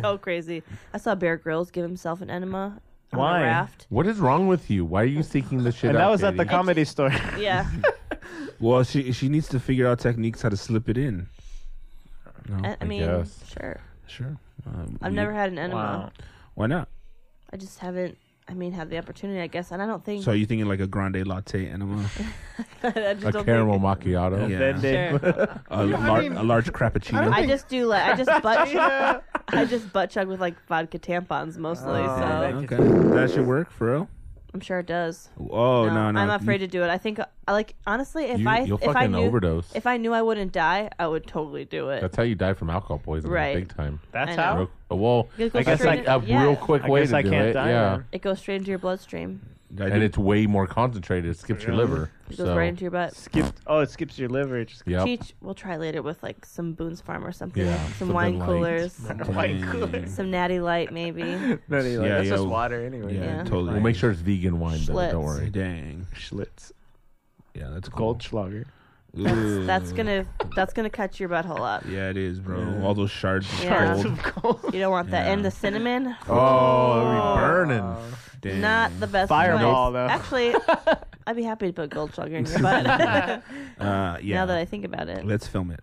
Speaker 4: so crazy. I saw Bear Grylls give himself an enema on
Speaker 5: Why?
Speaker 4: a raft.
Speaker 3: What is wrong with you? Why are you seeking this shit?
Speaker 5: and that
Speaker 3: out,
Speaker 5: was at the
Speaker 3: Katie?
Speaker 5: comedy store.
Speaker 4: Yeah,
Speaker 6: Well, she she needs to figure out techniques how to slip it in. No,
Speaker 4: I, I mean,
Speaker 3: guess.
Speaker 4: sure.
Speaker 6: sure. Um,
Speaker 4: Eh. I've
Speaker 6: you-
Speaker 4: never had an enema.
Speaker 5: Wow.
Speaker 6: Why not?
Speaker 4: I just haven't. I mean, had the opportunity, I guess, and I don't think.
Speaker 6: So are you thinking like a grande latte enema,
Speaker 4: I just
Speaker 3: a
Speaker 4: don't
Speaker 3: caramel
Speaker 4: think-
Speaker 3: macchiato.
Speaker 6: Yeah.
Speaker 5: Then they,
Speaker 4: Sure.
Speaker 6: a, lar- a large crappuccino?
Speaker 4: I just do like I just butt chug, I just butt chug with like vodka tampons mostly.
Speaker 5: Oh,
Speaker 4: so
Speaker 5: that
Speaker 6: okay, that should work for real.
Speaker 4: I'm sure it does.
Speaker 6: Oh no, no,
Speaker 4: I'm afraid to do it. I think, uh, like honestly, if
Speaker 3: You,
Speaker 4: I
Speaker 3: you'll
Speaker 4: if
Speaker 3: fucking
Speaker 4: I knew
Speaker 3: overdose.
Speaker 4: if I knew I wouldn't die, I would totally do it.
Speaker 3: That's how you die from alcohol poisoning,
Speaker 4: Right.
Speaker 3: big time.
Speaker 5: that's
Speaker 4: I know.
Speaker 5: how.
Speaker 3: Real- Well,
Speaker 4: It goes
Speaker 5: I guess
Speaker 3: that's
Speaker 4: straight
Speaker 3: like
Speaker 5: I-
Speaker 4: into-
Speaker 3: a
Speaker 4: yeah,
Speaker 3: real quick
Speaker 5: I
Speaker 3: way
Speaker 5: guess
Speaker 3: to
Speaker 5: I
Speaker 3: do
Speaker 5: can't
Speaker 3: it.
Speaker 5: die.
Speaker 3: yeah,
Speaker 5: then.
Speaker 4: It goes straight into your bloodstream.
Speaker 6: I
Speaker 3: and it's way more concentrated. It skips your liver.
Speaker 4: It goes
Speaker 3: So,
Speaker 4: right into your butt.
Speaker 5: Skip. Oh, it skips your liver. It just
Speaker 3: yep.
Speaker 4: Cheech, we'll try later with like some Boone's Farm or something.
Speaker 3: Yeah,
Speaker 4: some
Speaker 3: something
Speaker 4: wine
Speaker 3: light.
Speaker 4: coolers,
Speaker 5: Like,
Speaker 4: some Natty Light, maybe.
Speaker 5: no, they like,
Speaker 6: Yeah,
Speaker 5: that's
Speaker 6: yeah.
Speaker 5: just water anyway.
Speaker 6: Yeah,
Speaker 4: Yeah.
Speaker 6: totally.
Speaker 3: We'll make sure it's vegan wine, though.
Speaker 4: Schlitz.
Speaker 3: Don't worry.
Speaker 6: Dang.
Speaker 5: Schlitz.
Speaker 6: Yeah, that's cool.
Speaker 5: Goldschlager.
Speaker 4: That's, that's gonna that's gonna cut your butthole up.
Speaker 6: Yeah, it is, bro. All those shards. of
Speaker 4: Yeah.
Speaker 6: gold.
Speaker 4: You don't want that. And the cinnamon.
Speaker 6: Oh, that'd be burning. Damn.
Speaker 4: Not the best.
Speaker 6: Fireball,
Speaker 4: choice.
Speaker 6: though.
Speaker 4: Actually, I'd be happy to put gold sugar in your butt.
Speaker 6: Uh, yeah.
Speaker 4: Now that I think about it,
Speaker 6: Let's film it.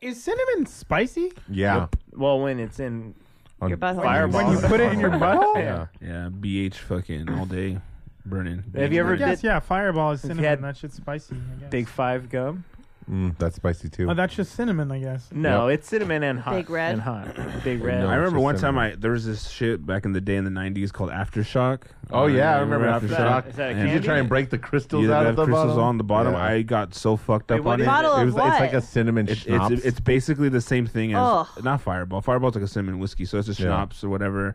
Speaker 2: Is cinnamon spicy?
Speaker 3: Yeah.
Speaker 5: Well, when it's in
Speaker 6: On-
Speaker 4: Your butthole.
Speaker 5: Fireball.
Speaker 2: When you put it in your butthole?
Speaker 6: Yeah. Yeah. BH fucking all day, burning.
Speaker 5: Have you ever
Speaker 2: yes,
Speaker 5: did-
Speaker 2: yeah, fireball is
Speaker 5: If you
Speaker 2: cinnamon.
Speaker 5: had
Speaker 2: that shit's spicy. I guess.
Speaker 5: Big Five gum?
Speaker 3: Mm, that's spicy too.
Speaker 2: Oh, that's just cinnamon, I guess.
Speaker 5: No, it's cinnamon and hot.
Speaker 2: Big Red?
Speaker 5: And hot. Big red.
Speaker 6: I remember one time I there was this shit back in the day in the '90s called aftershock. Uh,
Speaker 3: Oh, yeah, I remember Aftershock.
Speaker 6: aftershock.
Speaker 3: Is that a candy? Did you try and break the crystals
Speaker 6: Yeah,
Speaker 3: out
Speaker 6: they
Speaker 3: of
Speaker 6: have
Speaker 3: the
Speaker 6: crystals
Speaker 3: bottom?
Speaker 6: on the bottom.
Speaker 3: Yeah.
Speaker 6: I got so fucked
Speaker 3: Wait,
Speaker 6: up
Speaker 3: what
Speaker 6: on
Speaker 3: is
Speaker 6: it.
Speaker 3: Bottle
Speaker 6: it
Speaker 3: of
Speaker 6: was
Speaker 3: what?
Speaker 6: It's
Speaker 3: like a cinnamon
Speaker 6: it's,
Speaker 3: schnapps.
Speaker 6: It's, basically the same thing as
Speaker 3: Ugh.
Speaker 6: not Fireball. Fireball's like a cinnamon whiskey, so it's a
Speaker 3: Yeah.
Speaker 6: schnapps or whatever.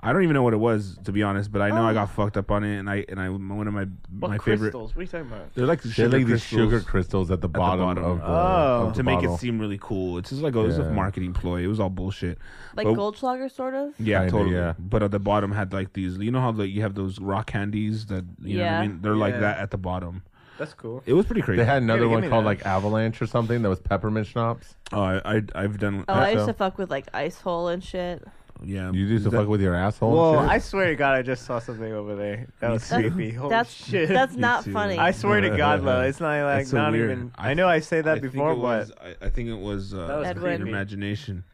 Speaker 6: I don't even know what it was to be honest, but I know I got fucked up on it, and I and I one of my
Speaker 5: What
Speaker 6: my favorite.
Speaker 5: crystals? What are you talking about?
Speaker 6: They're like
Speaker 3: They're
Speaker 6: sugar
Speaker 3: like these
Speaker 6: crystals
Speaker 3: sugar crystals at the bottom of the- Oh. of the
Speaker 6: to make
Speaker 3: bottle.
Speaker 6: it seem really cool. It's just like oh, it's a
Speaker 3: Yeah.
Speaker 6: marketing ploy. It was all bullshit.
Speaker 4: like
Speaker 6: But-
Speaker 4: Goldschlager, sort of.
Speaker 6: yeah,
Speaker 3: Kinda,
Speaker 6: totally.
Speaker 3: yeah.
Speaker 6: But at the bottom had like these. You know how like you have those rock candies that you know what
Speaker 4: Yeah.
Speaker 6: I mean? They're like
Speaker 4: Yeah.
Speaker 6: that at the bottom.
Speaker 5: That's cool.
Speaker 6: It was pretty crazy.
Speaker 3: They had another one called like Avalanche or something that was peppermint schnapps.
Speaker 6: Oh, I, I I've done.
Speaker 4: Oh, I used to fuck with like ice hole and shit.
Speaker 6: yeah.
Speaker 3: You used to fuck with your asshole. and
Speaker 5: Whoa,
Speaker 3: shit?
Speaker 5: I swear to God, I just saw something over there. That was
Speaker 4: That's-
Speaker 5: creepy. Holy
Speaker 4: that's-
Speaker 5: shit.
Speaker 4: that's Me not too. funny.
Speaker 5: I swear to God, though, it's not like,
Speaker 6: That's so
Speaker 5: not
Speaker 6: weird.
Speaker 5: even. I, know I say that
Speaker 6: I think
Speaker 5: before,
Speaker 6: it was-
Speaker 5: but.
Speaker 6: I, I think it was, uh,
Speaker 5: That was
Speaker 6: your
Speaker 5: creepy.
Speaker 6: imagination.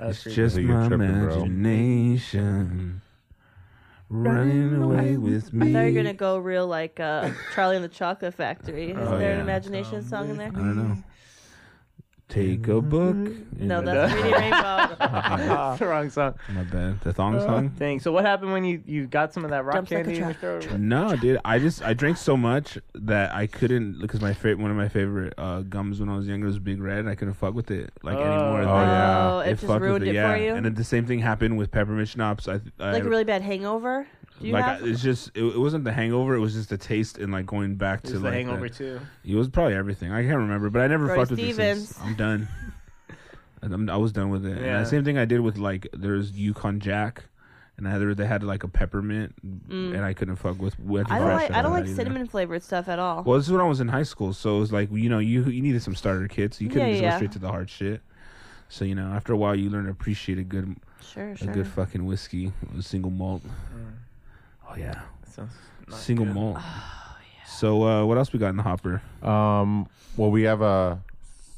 Speaker 5: That was
Speaker 6: it's
Speaker 5: creepy.
Speaker 6: just
Speaker 5: I think you're
Speaker 6: my
Speaker 5: tripping, bro.
Speaker 6: imagination running away with
Speaker 4: I
Speaker 6: me.
Speaker 4: thought you were gonna go real like uh, Charlie and the Chocolate Factory. Is
Speaker 6: Oh,
Speaker 4: there
Speaker 6: yeah.
Speaker 4: an imagination song in there?
Speaker 6: I don't know. Take a book.
Speaker 4: Mm-hmm. No, that's Reading Rainbow.
Speaker 5: That's Ah, the wrong song.
Speaker 6: My bad. The
Speaker 4: Oh.
Speaker 6: thong song.
Speaker 5: Thing. So what happened when you, you got some of that rock
Speaker 4: Dumps like a
Speaker 5: candy in your
Speaker 4: truck.
Speaker 5: throat?
Speaker 6: No, dude. I just I drank so much that I couldn't because my favorite one of my favorite uh, gums when I was younger was Big Red. and I couldn't fuck with it like
Speaker 4: Oh.
Speaker 6: anymore.
Speaker 4: Oh, yeah. it just
Speaker 6: fucked with
Speaker 4: ruined it for
Speaker 6: yeah.
Speaker 4: you?
Speaker 6: And then the same thing happened with peppermint schnapps. I, I
Speaker 4: like a really bad hangover. Do you
Speaker 6: like I,
Speaker 4: have?
Speaker 6: it's just it, it wasn't the hangover. It was just the taste and like going back
Speaker 5: It
Speaker 6: to
Speaker 5: was the
Speaker 6: like
Speaker 5: hangover
Speaker 6: that-
Speaker 5: too.
Speaker 6: It was probably everything. I can't remember, but I never
Speaker 5: Brody
Speaker 6: fucked with these things.
Speaker 5: Stevens.
Speaker 6: I'm done. And I'm, I was done with it. And
Speaker 5: Yeah.
Speaker 6: the same thing I did with like there's Yukon Jack, and I, there, they had like a peppermint,
Speaker 4: Mm.
Speaker 6: and I couldn't fuck with. with
Speaker 4: I don't
Speaker 6: fresh
Speaker 4: like
Speaker 6: out
Speaker 4: I
Speaker 6: of
Speaker 4: don't
Speaker 6: that
Speaker 4: like
Speaker 6: either.
Speaker 4: cinnamon flavored stuff at all.
Speaker 6: Well, this is when I was in high school, so it was like you know you you needed some starter kits. You couldn't
Speaker 4: Yeah,
Speaker 6: just
Speaker 4: yeah.
Speaker 6: go straight to the hard shit. So you know, after a while, you learn to appreciate a good,
Speaker 4: Sure,
Speaker 6: a
Speaker 4: sure.
Speaker 6: good fucking whiskey, a single malt. Oh yeah,
Speaker 5: sounds Mm, not
Speaker 6: single
Speaker 5: good.
Speaker 6: malt.
Speaker 4: Oh,
Speaker 6: So uh, what else we got in the hopper?
Speaker 3: Um, well, we have uh,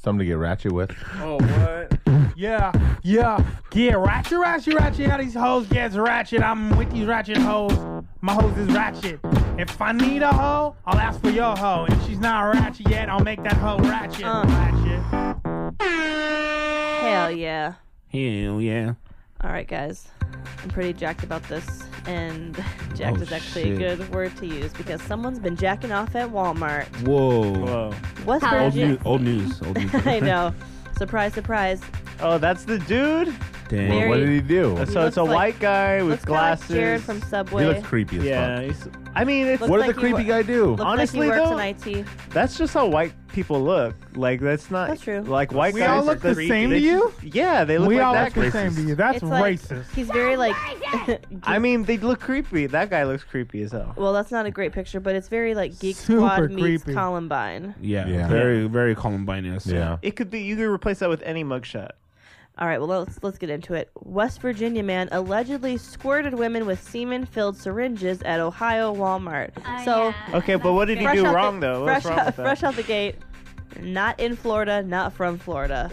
Speaker 3: something to get ratchet with.
Speaker 5: Oh, what?
Speaker 2: Yeah, yeah, yeah. Ratchet, ratchet, ratchet. How these hoes gets ratchet. I'm with these ratchet hoes. My hoes is ratchet. If I need a hoe, I'll ask for your hoe. If she's not ratchet yet, I'll make that hoe ratchet.
Speaker 5: Uh.
Speaker 4: Hell yeah.
Speaker 6: Hell yeah.
Speaker 4: All right, guys. I'm pretty jacked about this, and jacked
Speaker 6: Oh,
Speaker 4: is actually a
Speaker 6: shit.
Speaker 4: good word to use because someone's been jacking off at Walmart.
Speaker 6: Whoa.
Speaker 5: Whoa.
Speaker 4: What's
Speaker 6: old,
Speaker 4: ratchet?
Speaker 6: new, old news? Old news.
Speaker 4: I know. Surprise, surprise.
Speaker 5: Oh, that's the dude.
Speaker 6: Damn.
Speaker 4: Well, what did he
Speaker 3: do?
Speaker 4: He
Speaker 5: So it's
Speaker 4: looks
Speaker 5: a
Speaker 4: like-
Speaker 5: white guy with
Speaker 4: looks kinda like
Speaker 5: glasses.
Speaker 4: Jared from Subway. He looks
Speaker 3: creepy as
Speaker 5: yeah,
Speaker 3: fuck.
Speaker 5: he's- I mean, it's,
Speaker 4: Looks like he wo- Looks
Speaker 5: Honestly,
Speaker 4: like he
Speaker 5: though,
Speaker 4: works in IT.
Speaker 5: That's just how white people look. Like that's not.
Speaker 4: That's true.
Speaker 5: Like white
Speaker 2: We
Speaker 5: guys.
Speaker 2: all look
Speaker 5: they're
Speaker 2: the same
Speaker 5: they
Speaker 2: to you?
Speaker 5: just- yeah, they look
Speaker 2: we
Speaker 5: like
Speaker 2: all
Speaker 5: that.
Speaker 2: look the same to you. That's
Speaker 4: It's like-
Speaker 2: racist.
Speaker 4: He's very like.
Speaker 5: I mean, they look creepy. That guy looks creepy as hell.
Speaker 4: well, that's not a great picture, but it's very like Geek
Speaker 5: Super
Speaker 4: Squad meets
Speaker 5: creepy.
Speaker 4: Columbine.
Speaker 6: Yeah,
Speaker 5: Yeah.
Speaker 6: Very, very Columbine-esque.
Speaker 3: Yeah.
Speaker 5: It could be. You could replace that with any mugshot.
Speaker 4: All right, well let's let's get into it. West Virginia man allegedly squirted women with semen-filled syringes at Ohio Walmart. so
Speaker 5: Okay, but what did he
Speaker 4: fresh
Speaker 5: do
Speaker 4: out the-
Speaker 5: wrong though?
Speaker 4: Fresh
Speaker 5: What's wrong
Speaker 4: out,
Speaker 5: with that?
Speaker 4: fresh out the gate, not in Florida, not from Florida,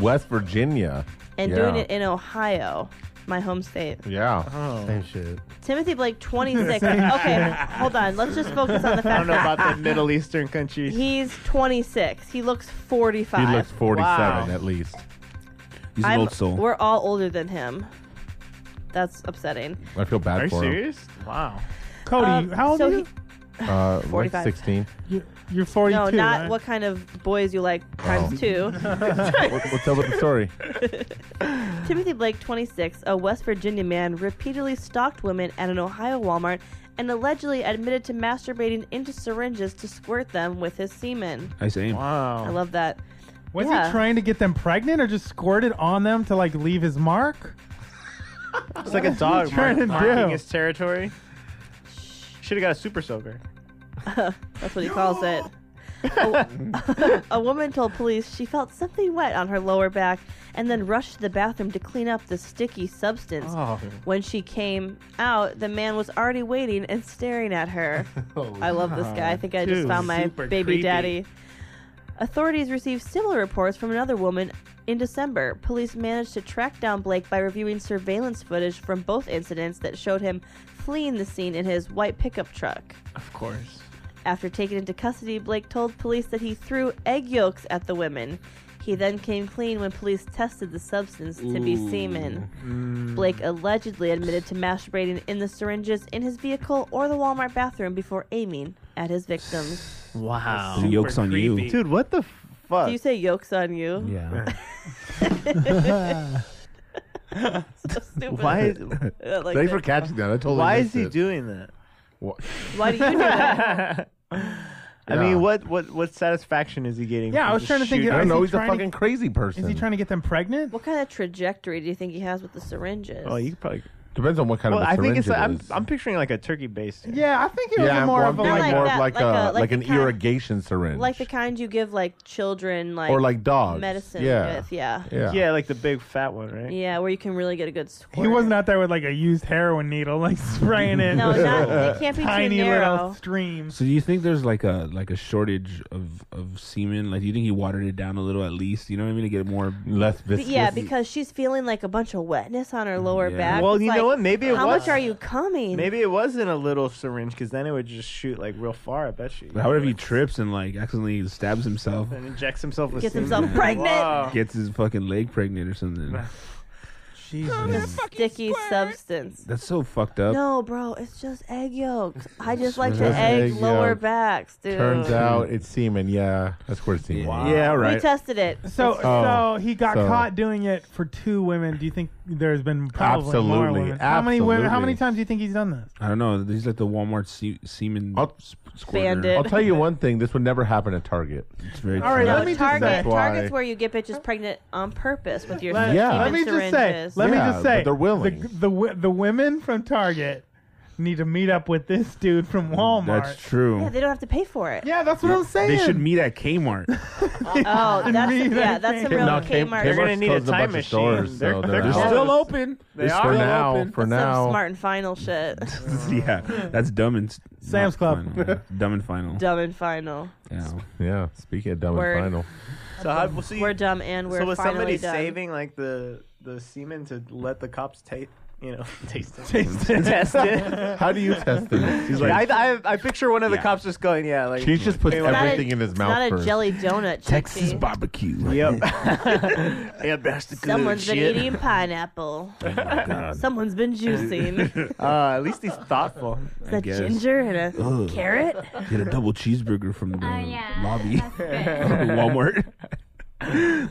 Speaker 3: West Virginia.
Speaker 4: and
Speaker 3: yeah.
Speaker 4: doing it in Ohio, my home state.
Speaker 3: Yeah. Same shit.
Speaker 4: Timothy Blake, 26. okay, hold on. Let's just focus on the
Speaker 5: I
Speaker 4: fact
Speaker 5: don't know
Speaker 4: that
Speaker 5: about the Middle Eastern countries.
Speaker 4: he's 26. He looks 45.
Speaker 3: He looks 47
Speaker 5: Wow.
Speaker 3: at least.
Speaker 6: He's
Speaker 4: I'm- We're all older than him. That's upsetting.
Speaker 3: I feel bad
Speaker 5: Are you
Speaker 3: for him.
Speaker 5: serious? Wow.
Speaker 2: Cody,
Speaker 4: Um,
Speaker 2: how old
Speaker 4: so
Speaker 2: are you?
Speaker 4: he-
Speaker 3: Uh, like
Speaker 4: 45.
Speaker 3: 16.
Speaker 2: You- You're 42.
Speaker 4: no, not
Speaker 2: right?
Speaker 4: what kind of boys you like times
Speaker 3: Oh.
Speaker 4: two.
Speaker 3: What- what's up with the story?
Speaker 4: Timothy Blake, 26, a West Virginia man, repeatedly stalked women at an Ohio Walmart and allegedly admitted to masturbating into syringes to squirt them with his semen.
Speaker 6: I see.
Speaker 5: Wow.
Speaker 4: I love that.
Speaker 2: Was
Speaker 4: Yeah.
Speaker 2: he trying to get them pregnant or just squirted on them to like leave his mark?
Speaker 5: It's like a
Speaker 2: What is
Speaker 5: dog
Speaker 2: he trying
Speaker 5: mar-
Speaker 2: to
Speaker 5: marking
Speaker 2: do?
Speaker 5: his territory. Should have got a super soaker.
Speaker 4: That's what he calls it. A, a woman told police she felt something wet on her lower back and then rushed to the bathroom to clean up the sticky substance.
Speaker 12: Oh.
Speaker 4: When she came out, the man was already waiting and staring at her. I love this guy. I think I
Speaker 12: Oh,
Speaker 4: just
Speaker 12: Dude,
Speaker 4: found my
Speaker 12: super
Speaker 4: baby
Speaker 12: creepy.
Speaker 4: daddy. Authorities received similar reports from another woman in December. Police managed to track down Blake by reviewing surveillance footage from both incidents that showed him fleeing the scene in his white pickup truck.
Speaker 5: Of course.
Speaker 4: After taken into custody, Blake told police that he threw egg yolks at the women. He then came clean when police tested the substance to be semen.
Speaker 5: Mm.
Speaker 4: Blake allegedly admitted to masturbating in the syringes in his vehicle or the Walmart bathroom before aiming at his victims.
Speaker 5: Wow.
Speaker 6: The yolk's on you.
Speaker 5: Dude, what the fuck?
Speaker 4: Do you say yolks on you?
Speaker 5: Uh. Yeah.
Speaker 4: so stupid.
Speaker 5: Why is-
Speaker 4: I like that.
Speaker 3: Thanks for catching that. I totally.
Speaker 5: Why is
Speaker 3: missed
Speaker 5: he
Speaker 3: it.
Speaker 5: doing that?
Speaker 3: What?
Speaker 4: Why do you do that?
Speaker 5: I
Speaker 3: Yeah.
Speaker 5: mean, what, what what satisfaction is he getting?
Speaker 2: Yeah, I
Speaker 5: from
Speaker 2: was
Speaker 5: just
Speaker 2: trying to think,
Speaker 5: shooting?
Speaker 2: I don't Is know, he he's a trying to-
Speaker 3: fucking crazy person.
Speaker 2: Is he trying to get them pregnant?
Speaker 4: What kind of trajectory do you think he has with the syringes?
Speaker 5: Well, Oh, you could probably.
Speaker 3: Depends on what kind
Speaker 5: well,
Speaker 3: of. A
Speaker 5: I think it's.
Speaker 3: syringe
Speaker 5: Like,
Speaker 3: it
Speaker 5: I'm,
Speaker 3: is.
Speaker 5: I'm picturing like a turkey based.
Speaker 2: Yeah, I think it was
Speaker 3: yeah,
Speaker 2: more
Speaker 3: well,
Speaker 2: of a
Speaker 3: I'm thinking
Speaker 4: like
Speaker 3: more
Speaker 4: that,
Speaker 3: of like,
Speaker 4: like
Speaker 3: a,
Speaker 4: a- like
Speaker 3: like
Speaker 4: the
Speaker 3: an
Speaker 4: kind-
Speaker 3: irrigation syringe.
Speaker 4: like the kind you give like children, like
Speaker 3: Or like dogs.
Speaker 4: medicine
Speaker 3: Yeah.
Speaker 4: with, yeah,
Speaker 3: Yeah.
Speaker 5: Yeah, like the big fat one, right?
Speaker 4: yeah, where you can really get a good
Speaker 2: He
Speaker 4: squirt.
Speaker 2: wasn't out there with like a used heroin needle, like spraying it.
Speaker 4: No, not, it can't be
Speaker 2: Tiny
Speaker 4: too
Speaker 2: little
Speaker 4: narrow.
Speaker 2: streams.
Speaker 6: So do you think there's like a like a shortage of of semen? Like, do you think he watered it down a little at least? You know what I mean to get more
Speaker 3: less
Speaker 4: But yeah, because she's feeling like a bunch of wetness on her
Speaker 3: Mm,
Speaker 4: lower
Speaker 6: Yeah.
Speaker 4: back.
Speaker 5: Well,
Speaker 4: It's
Speaker 5: you
Speaker 4: like,
Speaker 5: know what? Maybe it
Speaker 4: how
Speaker 5: was.
Speaker 4: much are you coming?
Speaker 5: Maybe it wasn't a little syringe because then it would just shoot like real far. I bet you.
Speaker 6: How if he trips and like accidentally stabs himself,
Speaker 5: And injects himself with.
Speaker 4: Gets
Speaker 5: semen.
Speaker 4: himself pregnant.
Speaker 5: Wow.
Speaker 6: gets his fucking leg pregnant or something?
Speaker 2: Jesus.
Speaker 4: sticky substance.
Speaker 6: That's so fucked up.
Speaker 4: No, bro, it's just egg yolks. I just like to
Speaker 3: Just
Speaker 4: egg,
Speaker 3: egg
Speaker 4: lower
Speaker 3: yolk.
Speaker 4: backs, dude.
Speaker 3: Turns out it's semen. Yeah, that's where it's semen.
Speaker 6: Yeah,
Speaker 4: we
Speaker 6: right.
Speaker 4: tested it.
Speaker 2: So,
Speaker 3: Oh,
Speaker 2: so he got
Speaker 3: so-
Speaker 2: caught doing it for two women. Do you think there's been probably more
Speaker 3: Absolutely,
Speaker 2: women? How many women? How
Speaker 3: absolutely.
Speaker 2: many times do you think he's done this?
Speaker 6: I don't know. He's like the Walmart se- semen sp- squirter.
Speaker 4: Bandit.
Speaker 3: I'll tell you one thing: this would never happen at Target.
Speaker 6: It's very
Speaker 2: All right,
Speaker 6: true.
Speaker 2: let
Speaker 4: No,
Speaker 2: me just
Speaker 4: Target.
Speaker 3: That's why-
Speaker 4: Target's where you get bitches pregnant on purpose with your
Speaker 2: Let,
Speaker 3: Yeah.
Speaker 2: let me just
Speaker 4: syringes.
Speaker 2: say. Let
Speaker 3: Yeah,
Speaker 2: me just say.
Speaker 3: but they're willing.
Speaker 2: The, the wo- the women from Target need to meet up with this dude from Walmart.
Speaker 6: That's true.
Speaker 4: yeah, they don't have to pay for it.
Speaker 2: yeah, that's what I'm saying.
Speaker 6: they should meet at Kmart.
Speaker 4: Oh, that's
Speaker 2: meet
Speaker 4: yeah,
Speaker 2: at
Speaker 4: that's a
Speaker 2: Kmart.
Speaker 4: real
Speaker 3: No, K-
Speaker 4: Kmart.
Speaker 5: They're gonna
Speaker 3: Kmart's
Speaker 5: need a
Speaker 3: closed a bunch
Speaker 5: time
Speaker 3: of
Speaker 5: machine.
Speaker 3: stores,
Speaker 5: they're,
Speaker 3: so
Speaker 5: they're
Speaker 3: they're
Speaker 5: closed.
Speaker 6: still open. They
Speaker 3: It's
Speaker 6: are
Speaker 3: for
Speaker 6: still
Speaker 3: now.
Speaker 6: open.
Speaker 3: For
Speaker 4: Some
Speaker 3: now,
Speaker 4: smart and final shit.
Speaker 6: yeah, that's dumb and s-
Speaker 2: Sam's
Speaker 6: not
Speaker 2: Club.
Speaker 6: final. Dumb and final.
Speaker 4: dumb and final.
Speaker 6: Yeah.
Speaker 3: yeah. Speaking of dumb
Speaker 4: Word.
Speaker 3: and final,
Speaker 5: So how, well, so you-
Speaker 4: We're dumb and we're
Speaker 5: so was
Speaker 4: finally
Speaker 5: somebody
Speaker 4: done.
Speaker 5: saving like the the semen to let the cops taste, you know, taste it,
Speaker 2: Taste it.
Speaker 5: test it?
Speaker 3: how do you test this? He's
Speaker 5: Like, I, I I picture one of the
Speaker 6: Yeah.
Speaker 5: cops just going, yeah, like
Speaker 3: She just puts
Speaker 5: Wait, what?
Speaker 4: It's not a-
Speaker 3: everything in his
Speaker 4: it's
Speaker 3: mouth
Speaker 4: Not
Speaker 3: first.
Speaker 4: a jelly donut.
Speaker 6: Texas
Speaker 4: Chickpea.
Speaker 6: barbecue. Oh,
Speaker 5: Yep. yeah, that's the good
Speaker 4: Someone's been
Speaker 5: shit.
Speaker 4: eating pineapple. Someone's been juicing.
Speaker 5: Uh, at least he's thoughtful.
Speaker 4: It's
Speaker 6: I
Speaker 4: a
Speaker 6: guess.
Speaker 4: ginger and a
Speaker 6: Ugh.
Speaker 4: carrot.
Speaker 6: Get a double cheeseburger from the
Speaker 12: Oh, yeah.
Speaker 6: lobby
Speaker 12: That's good.
Speaker 6: Walmart.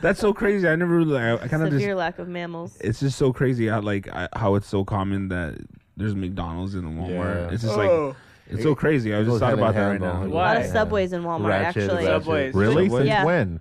Speaker 6: that's so crazy. I never really. I, I kind of just.
Speaker 4: Severe lack of mammals.
Speaker 6: It's just so crazy how like I, how it's so common that there's McDonald's in the Walmart.
Speaker 3: Yeah.
Speaker 6: It's just
Speaker 5: Oh.
Speaker 6: like it's so crazy. I
Speaker 3: Goes
Speaker 6: just thought
Speaker 3: hand in
Speaker 6: about that right
Speaker 3: hand
Speaker 6: now.
Speaker 3: on-
Speaker 4: A lot
Speaker 5: Why?
Speaker 4: of subways in Walmart,
Speaker 3: Ratchet,
Speaker 4: actually.
Speaker 3: ratchet.
Speaker 5: Subways.
Speaker 3: Really?
Speaker 6: Subway.
Speaker 3: Since
Speaker 4: Yeah.
Speaker 3: when?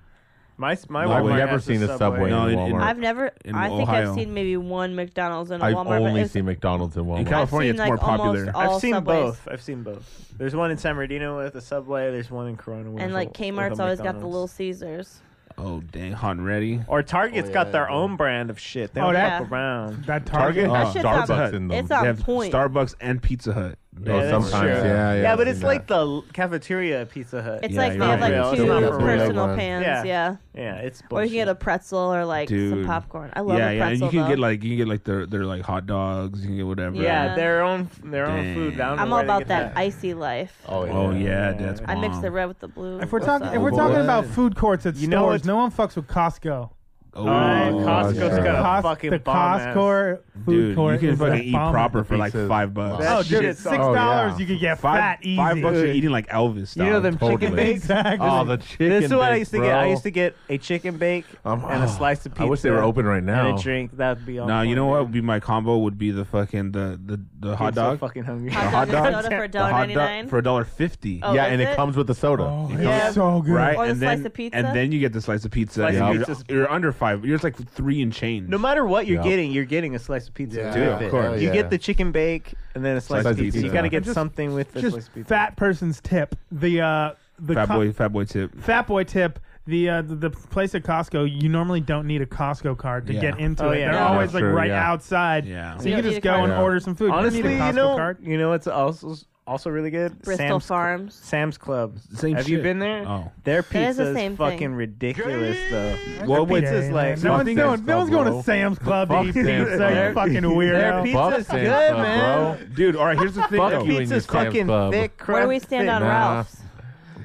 Speaker 5: My my
Speaker 6: No, I've
Speaker 5: Walmart
Speaker 3: never
Speaker 5: has
Speaker 3: seen a Subway.
Speaker 6: No,
Speaker 3: in
Speaker 6: in- in-
Speaker 3: Walmart.
Speaker 4: I've never.
Speaker 6: In
Speaker 4: I think
Speaker 6: Ohio.
Speaker 4: I've seen maybe one McDonald's in a
Speaker 3: I've
Speaker 4: Walmart. but
Speaker 3: only
Speaker 4: it's-
Speaker 3: seen McDonald's in Walmart.
Speaker 6: Cal- California,
Speaker 4: I've
Speaker 6: it's
Speaker 4: seen,
Speaker 6: more
Speaker 4: like, almost
Speaker 6: popular.
Speaker 4: all
Speaker 5: I've seen
Speaker 4: Subways.
Speaker 5: both. I've seen both. There's one in San Bernardino with a Subway. There's one in Corona. With
Speaker 4: And
Speaker 5: a-
Speaker 4: like
Speaker 5: with a
Speaker 4: Kmart's always got the
Speaker 5: McDonald's.
Speaker 4: little Caesars.
Speaker 6: Oh dang, hot and ready.
Speaker 5: Or Target's
Speaker 10: Oh,
Speaker 5: got
Speaker 10: yeah,
Speaker 5: their
Speaker 10: yeah.
Speaker 5: own brand of shit. They
Speaker 2: Oh,
Speaker 5: don't
Speaker 4: that-
Speaker 5: fuck around.
Speaker 2: That
Speaker 3: Target
Speaker 6: Oh.
Speaker 3: has
Speaker 6: That shit's
Speaker 4: on-
Speaker 3: Starbucks in them.
Speaker 4: it's on
Speaker 6: they have
Speaker 4: point.
Speaker 6: Starbucks and Pizza Hut.
Speaker 3: Oh,
Speaker 5: Yeah, that's
Speaker 3: sometimes,
Speaker 5: true.
Speaker 3: yeah, yeah,
Speaker 5: Yeah, but
Speaker 3: I've
Speaker 5: it's
Speaker 3: seen
Speaker 5: like the cafeteria at Pizza Hut.
Speaker 4: It's
Speaker 6: Yeah,
Speaker 4: like
Speaker 6: you're
Speaker 4: they have
Speaker 6: right.
Speaker 4: like
Speaker 5: Yeah,
Speaker 4: two
Speaker 5: it's not for
Speaker 4: personal
Speaker 3: real.
Speaker 4: pans.
Speaker 5: Yeah.
Speaker 4: yeah.
Speaker 5: yeah, it's
Speaker 4: Or you
Speaker 5: bullshit.
Speaker 4: can get a pretzel or like some
Speaker 6: Dude.
Speaker 4: popcorn. I love
Speaker 6: yeah,
Speaker 4: a
Speaker 6: yeah. And
Speaker 4: pretzel.
Speaker 6: you can
Speaker 4: though.
Speaker 6: get like you can get like their their like hot dogs. You can get whatever.
Speaker 5: yeah,
Speaker 4: Yeah.
Speaker 5: their own their own food.
Speaker 6: Dang.
Speaker 5: I don't know
Speaker 4: I'm
Speaker 5: where
Speaker 4: all
Speaker 5: they
Speaker 4: about
Speaker 5: get
Speaker 4: that icy life.
Speaker 3: Oh yeah.
Speaker 6: Oh yeah, that's.
Speaker 4: I mix
Speaker 6: bomb.
Speaker 4: the red with the blue.
Speaker 2: If we're
Speaker 4: or
Speaker 2: talking, if
Speaker 4: something.
Speaker 2: we're
Speaker 3: Oh,
Speaker 2: talking
Speaker 3: boy.
Speaker 2: about food courts at
Speaker 5: You know
Speaker 2: stores,
Speaker 5: what's-
Speaker 2: no one fucks with Costco.
Speaker 6: Oh,
Speaker 5: Alright, Costco's
Speaker 3: Costco's got
Speaker 5: a
Speaker 2: Cos-
Speaker 5: fucking
Speaker 2: the
Speaker 5: bomb ass.
Speaker 2: Costco food
Speaker 6: dude, you
Speaker 2: court.
Speaker 6: can
Speaker 2: is
Speaker 6: fucking
Speaker 2: the
Speaker 6: eat
Speaker 2: bomb.
Speaker 6: proper for like
Speaker 3: Pizza.
Speaker 6: five bucks.
Speaker 5: That
Speaker 2: Oh, dude,
Speaker 5: shit
Speaker 2: at six
Speaker 5: sucks.
Speaker 2: dollars
Speaker 3: Oh, yeah.
Speaker 2: you could get fat
Speaker 6: Five,
Speaker 2: easy.
Speaker 6: five bucks. You're eating like Elvis.
Speaker 5: You
Speaker 6: Style.
Speaker 5: know them chicken
Speaker 3: Totally.
Speaker 5: bakes?
Speaker 2: exactly.
Speaker 3: Oh, the chicken.
Speaker 5: This is what I
Speaker 3: bake,
Speaker 5: used to get. I
Speaker 3: bro.
Speaker 5: used to get a chicken bake
Speaker 3: Um,
Speaker 5: and a slice of pizza.
Speaker 3: I wish they were open right now.
Speaker 5: And a drink. That'd be all.
Speaker 6: No, you
Speaker 5: point,
Speaker 6: know what would
Speaker 5: dude.
Speaker 6: be my combo would be the fucking the the, the hot
Speaker 5: I'm so
Speaker 6: dog.
Speaker 5: fucking hungry.
Speaker 6: The
Speaker 4: Hot
Speaker 6: hot
Speaker 4: dog and
Speaker 6: dog
Speaker 4: soda for
Speaker 6: the hot
Speaker 4: $1.99?
Speaker 6: dog for a dollar fifty.
Speaker 4: Oh,
Speaker 3: yeah,
Speaker 4: is
Speaker 3: and it,
Speaker 4: it?
Speaker 3: comes with the soda.
Speaker 2: Oh, it's
Speaker 5: Yeah.
Speaker 2: so good.
Speaker 6: Right,
Speaker 4: Or the
Speaker 6: and
Speaker 4: slice
Speaker 6: then
Speaker 4: of pizza?
Speaker 6: and then you get the slice of pizza.
Speaker 5: Slice of
Speaker 6: and
Speaker 5: pizza's-
Speaker 6: you're, you're under five. You're just like three and change.
Speaker 5: No matter what you're
Speaker 3: Yeah.
Speaker 5: getting, you're getting a slice of pizza.
Speaker 10: Yeah,
Speaker 6: Dude,
Speaker 10: I
Speaker 6: of
Speaker 10: fit.
Speaker 6: course.
Speaker 10: Hell
Speaker 5: You
Speaker 10: yeah.
Speaker 5: get the chicken bake and then a slice, of pizza. You gotta get something with the slice
Speaker 2: just
Speaker 5: of pizza.
Speaker 2: fat person's tip. The uh, the
Speaker 6: fat
Speaker 2: co-
Speaker 6: boy, fat boy tip.
Speaker 2: Fat boy tip. The, uh, the the place at Costco, you normally don't need a Costco card to
Speaker 6: Yeah.
Speaker 2: get into
Speaker 5: Oh,
Speaker 2: it.
Speaker 5: yeah.
Speaker 2: They're
Speaker 5: Yeah,
Speaker 2: always
Speaker 5: that's
Speaker 2: like
Speaker 5: true,
Speaker 2: right
Speaker 5: yeah.
Speaker 2: outside.
Speaker 5: Yeah.
Speaker 2: So you, can just go and order some food.
Speaker 5: Honestly,
Speaker 2: you, don't need a Costco
Speaker 5: you know,
Speaker 2: card.
Speaker 5: you know what's also also really good?
Speaker 4: Bristol Farms.
Speaker 5: Sam's Club.
Speaker 6: Same
Speaker 5: Have you
Speaker 6: shit.
Speaker 5: been there?
Speaker 6: Oh.
Speaker 4: That
Speaker 5: Their
Speaker 4: is the
Speaker 5: pizza is
Speaker 4: same
Speaker 5: fucking
Speaker 4: thing.
Speaker 5: ridiculous though.
Speaker 6: Well,
Speaker 5: Their
Speaker 6: wait-
Speaker 5: pizza's like
Speaker 2: no one's
Speaker 5: Fuck
Speaker 2: going.
Speaker 5: Sam's
Speaker 2: No one's
Speaker 5: Club,
Speaker 2: going
Speaker 5: bro.
Speaker 2: to Sam's Club to
Speaker 5: Fuck
Speaker 2: eat
Speaker 5: Sam's
Speaker 2: pizza. You
Speaker 5: Club.
Speaker 2: fucking
Speaker 5: Their
Speaker 2: weirdo.
Speaker 5: pizza's good, man.
Speaker 6: Dude, all right. Here's the thing.
Speaker 5: Fuck
Speaker 6: though.
Speaker 5: you and your Pizza's Sam's fucking Club. thick,
Speaker 4: Where do we stand on Ralph's?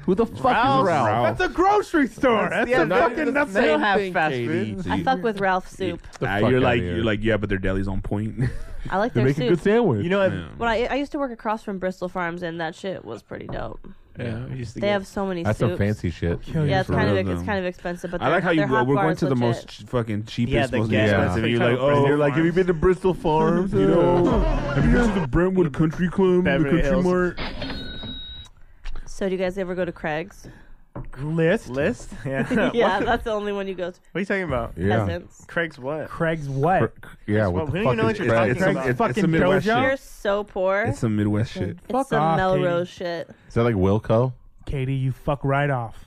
Speaker 6: Who the fuck
Speaker 5: Ralph's.
Speaker 6: Ralph?
Speaker 2: That's a grocery store.
Speaker 5: That's-
Speaker 2: That's,
Speaker 5: yeah,
Speaker 2: a
Speaker 5: not
Speaker 2: fucking
Speaker 5: even the
Speaker 2: nothing.
Speaker 5: same They don't have thing, fast Katie.
Speaker 6: food.
Speaker 4: I fuck with Ralph's soup.
Speaker 6: Ah,
Speaker 3: fuck
Speaker 6: you're
Speaker 3: outta
Speaker 6: like
Speaker 3: here.
Speaker 6: you're like yeah, but their deli's on point.
Speaker 4: I like
Speaker 6: They
Speaker 4: their
Speaker 6: make a
Speaker 4: soup.
Speaker 6: good sandwich.
Speaker 5: You know what?
Speaker 6: Yeah.
Speaker 4: When I, I used to work across from Bristol Farms, and that shit was pretty dope.
Speaker 6: Yeah, we used
Speaker 4: They have so many.
Speaker 3: That's some
Speaker 4: soups.
Speaker 3: fancy shit.
Speaker 4: Yeah, it's
Speaker 6: For
Speaker 4: kind of
Speaker 6: real,
Speaker 4: it's
Speaker 6: though.
Speaker 4: kind of expensive, but
Speaker 6: I
Speaker 4: their-
Speaker 6: like how you
Speaker 4: their
Speaker 6: go.
Speaker 4: hot
Speaker 6: We're
Speaker 4: bar
Speaker 6: going
Speaker 4: is
Speaker 6: to the
Speaker 4: legit.
Speaker 6: most ch- fucking cheapest,
Speaker 5: Yeah, the
Speaker 6: most
Speaker 5: gas
Speaker 6: expensive.
Speaker 5: prices.
Speaker 6: You're like,
Speaker 5: Bristol
Speaker 6: oh,
Speaker 5: Farms.
Speaker 6: you're like,
Speaker 3: Have you been to Bristol Farms?
Speaker 6: you know, have you been to the Brentwood Country Club,
Speaker 5: Beverly
Speaker 6: the Country
Speaker 5: Hills.
Speaker 6: Mart?
Speaker 4: So do you guys ever go to Craig's?
Speaker 2: list.
Speaker 5: List? Yeah.
Speaker 4: yeah,
Speaker 5: What?
Speaker 4: that's the only one you go to.
Speaker 5: What are you talking about?
Speaker 3: Yeah.
Speaker 4: Peasants.
Speaker 5: Craig's what?
Speaker 2: Craig's what?
Speaker 3: Yeah,
Speaker 5: Well,
Speaker 3: what
Speaker 5: we
Speaker 3: the
Speaker 5: don't
Speaker 3: fuck
Speaker 5: even know
Speaker 3: is
Speaker 5: what you're
Speaker 3: Craig's?
Speaker 5: talking about.
Speaker 6: It's, it's,
Speaker 2: Fucking
Speaker 6: some Midwest
Speaker 2: dojo?
Speaker 4: You're
Speaker 6: shit.
Speaker 4: so poor.
Speaker 6: It's some Midwest shit.
Speaker 4: It's
Speaker 2: Fuck
Speaker 4: some
Speaker 2: off, Katie.
Speaker 4: Melrose shit.
Speaker 3: Is that like Wilco?
Speaker 2: Katie, you fuck right off.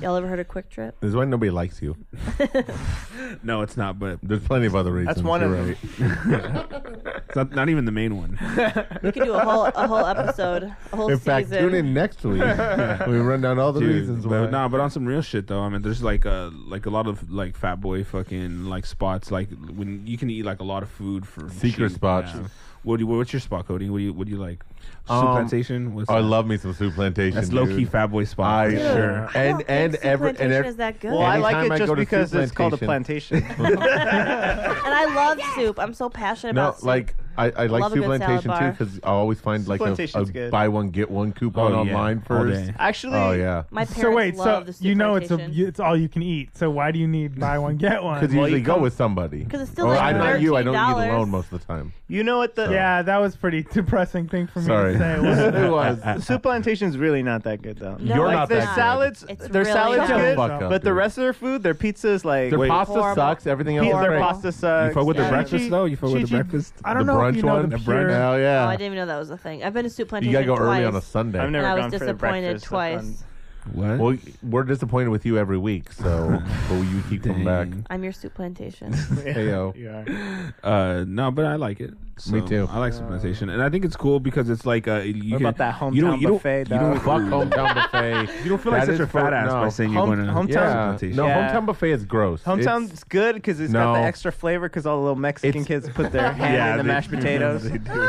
Speaker 4: Y'all ever heard of Quick Trip?
Speaker 3: This is why nobody likes you.
Speaker 6: No, it's not. But
Speaker 3: There's plenty of other reasons.
Speaker 5: That's one of
Speaker 3: you're
Speaker 5: them.
Speaker 3: right.
Speaker 6: it's not, not even the main one.
Speaker 4: We could do a whole a whole episode, a whole
Speaker 3: In
Speaker 4: season.
Speaker 3: fact, tune in next week. we run down all the
Speaker 6: Dude,
Speaker 3: reasons why.
Speaker 6: but nah, but on some real shit though. I mean, there's like a like a lot of like fat boy fucking like spots like when you can eat like a lot of food for
Speaker 3: Secret
Speaker 6: cheap.
Speaker 3: spots.
Speaker 6: Yeah. What do you, what's your spot, Cody? What do you what do you like? Soup
Speaker 3: Um,
Speaker 6: plantation. What's
Speaker 3: Oh, I
Speaker 6: that?
Speaker 3: love me some soup plantation.
Speaker 6: that's low key
Speaker 3: dude.
Speaker 6: fat boy spot.
Speaker 3: I
Speaker 6: for
Speaker 4: I
Speaker 3: sure.
Speaker 4: don't
Speaker 3: And
Speaker 4: think
Speaker 3: and
Speaker 4: soup
Speaker 3: every and
Speaker 4: plantation
Speaker 3: every,
Speaker 4: is that good.
Speaker 5: Well, I like
Speaker 3: Anytime I
Speaker 5: it
Speaker 3: go
Speaker 5: just
Speaker 3: to
Speaker 5: because
Speaker 3: Fruit
Speaker 5: it's called a plantation.
Speaker 4: and I love soup. I'm so passionate
Speaker 3: no,
Speaker 4: about soup.
Speaker 3: like I, I like
Speaker 4: love a
Speaker 3: soup
Speaker 4: good salad
Speaker 3: plantation too
Speaker 4: bar.
Speaker 3: because I always find like a,
Speaker 5: Plantation's
Speaker 3: a
Speaker 5: good.
Speaker 3: buy one get one coupon
Speaker 6: Oh, yeah.
Speaker 3: online
Speaker 6: All
Speaker 3: first.
Speaker 6: day.
Speaker 5: Actually,
Speaker 3: Oh yeah,
Speaker 4: my parents
Speaker 2: So wait,
Speaker 4: love
Speaker 2: so
Speaker 4: the soup
Speaker 2: you know it's a
Speaker 4: plantation.
Speaker 2: you- it's all you can eat. So why do you need buy one get one?
Speaker 3: because you usually go with somebody.
Speaker 4: 'Cause it's still
Speaker 3: or
Speaker 4: like
Speaker 3: I not you. I don't eat
Speaker 4: $13.
Speaker 3: alone most of the time.
Speaker 5: you know what the
Speaker 2: yeah, that was pretty depressing thing for me
Speaker 3: Sorry,
Speaker 2: to say. wasn't it?
Speaker 3: it was.
Speaker 5: The soup plantation's really not that good though.
Speaker 4: No,
Speaker 3: You're
Speaker 4: it's
Speaker 3: not
Speaker 5: their
Speaker 3: that good.
Speaker 5: salads,
Speaker 4: It's
Speaker 5: their
Speaker 4: really
Speaker 5: salads
Speaker 4: not.
Speaker 5: good,
Speaker 3: Fuck up,
Speaker 5: but the
Speaker 3: dude.
Speaker 5: rest of their food, their pizza is like
Speaker 3: Their
Speaker 6: Wait.
Speaker 3: pasta
Speaker 4: Horrible.
Speaker 3: sucks. Everything else
Speaker 5: Pizza-
Speaker 3: is
Speaker 5: their
Speaker 3: great.
Speaker 5: pasta sucks.
Speaker 6: You fuck with the
Speaker 4: Yeah.
Speaker 6: breakfast though. You fuck with
Speaker 2: Gee,
Speaker 6: the
Speaker 2: gee,
Speaker 6: breakfast.
Speaker 2: I don't
Speaker 3: the
Speaker 2: know
Speaker 3: brunch
Speaker 2: if you know
Speaker 3: one.
Speaker 2: the
Speaker 3: brunch.
Speaker 2: pure-
Speaker 3: Hell
Speaker 4: Oh,
Speaker 3: yeah.
Speaker 4: I didn't even know that was a thing. I've been to soup plantation
Speaker 3: you gotta go
Speaker 4: twice,
Speaker 3: early on a Sunday.
Speaker 5: I've never
Speaker 4: and I
Speaker 5: gone
Speaker 4: was
Speaker 5: for the
Speaker 4: disappointed
Speaker 5: breakfast. I've
Speaker 4: twice.
Speaker 6: What?
Speaker 3: Well, we're disappointed with you every week, so but you keep coming back.
Speaker 6: Dang.
Speaker 4: I'm your soup plantation.
Speaker 3: Hey yo,
Speaker 5: You are.
Speaker 6: Uh, no, but I like it.
Speaker 3: Me
Speaker 6: So,
Speaker 3: too.
Speaker 6: I like soup plantation, and I think it's cool because it's like uh, you
Speaker 5: What
Speaker 6: can,
Speaker 5: about that
Speaker 6: you
Speaker 5: hometown
Speaker 6: don't, you don't,
Speaker 5: buffet,
Speaker 6: You don't
Speaker 5: dog?
Speaker 3: fuck
Speaker 6: fuck home.
Speaker 3: hometown buffet.
Speaker 6: You don't feel like
Speaker 3: That
Speaker 6: such
Speaker 3: is
Speaker 6: a fat
Speaker 3: for-
Speaker 6: ass
Speaker 3: no.
Speaker 6: by saying you're
Speaker 5: Home-
Speaker 6: going to
Speaker 5: hometown-
Speaker 3: Yeah.
Speaker 6: plantation.
Speaker 3: No,
Speaker 5: Yeah.
Speaker 3: hometown buffet is gross.
Speaker 5: Hometown's
Speaker 3: It's-
Speaker 5: good because it's got the
Speaker 3: No.
Speaker 5: extra flavor because all the little Mexican
Speaker 3: It's-
Speaker 5: kids put their hand in the
Speaker 6: they
Speaker 5: mashed
Speaker 6: do.
Speaker 5: potatoes.
Speaker 6: They do.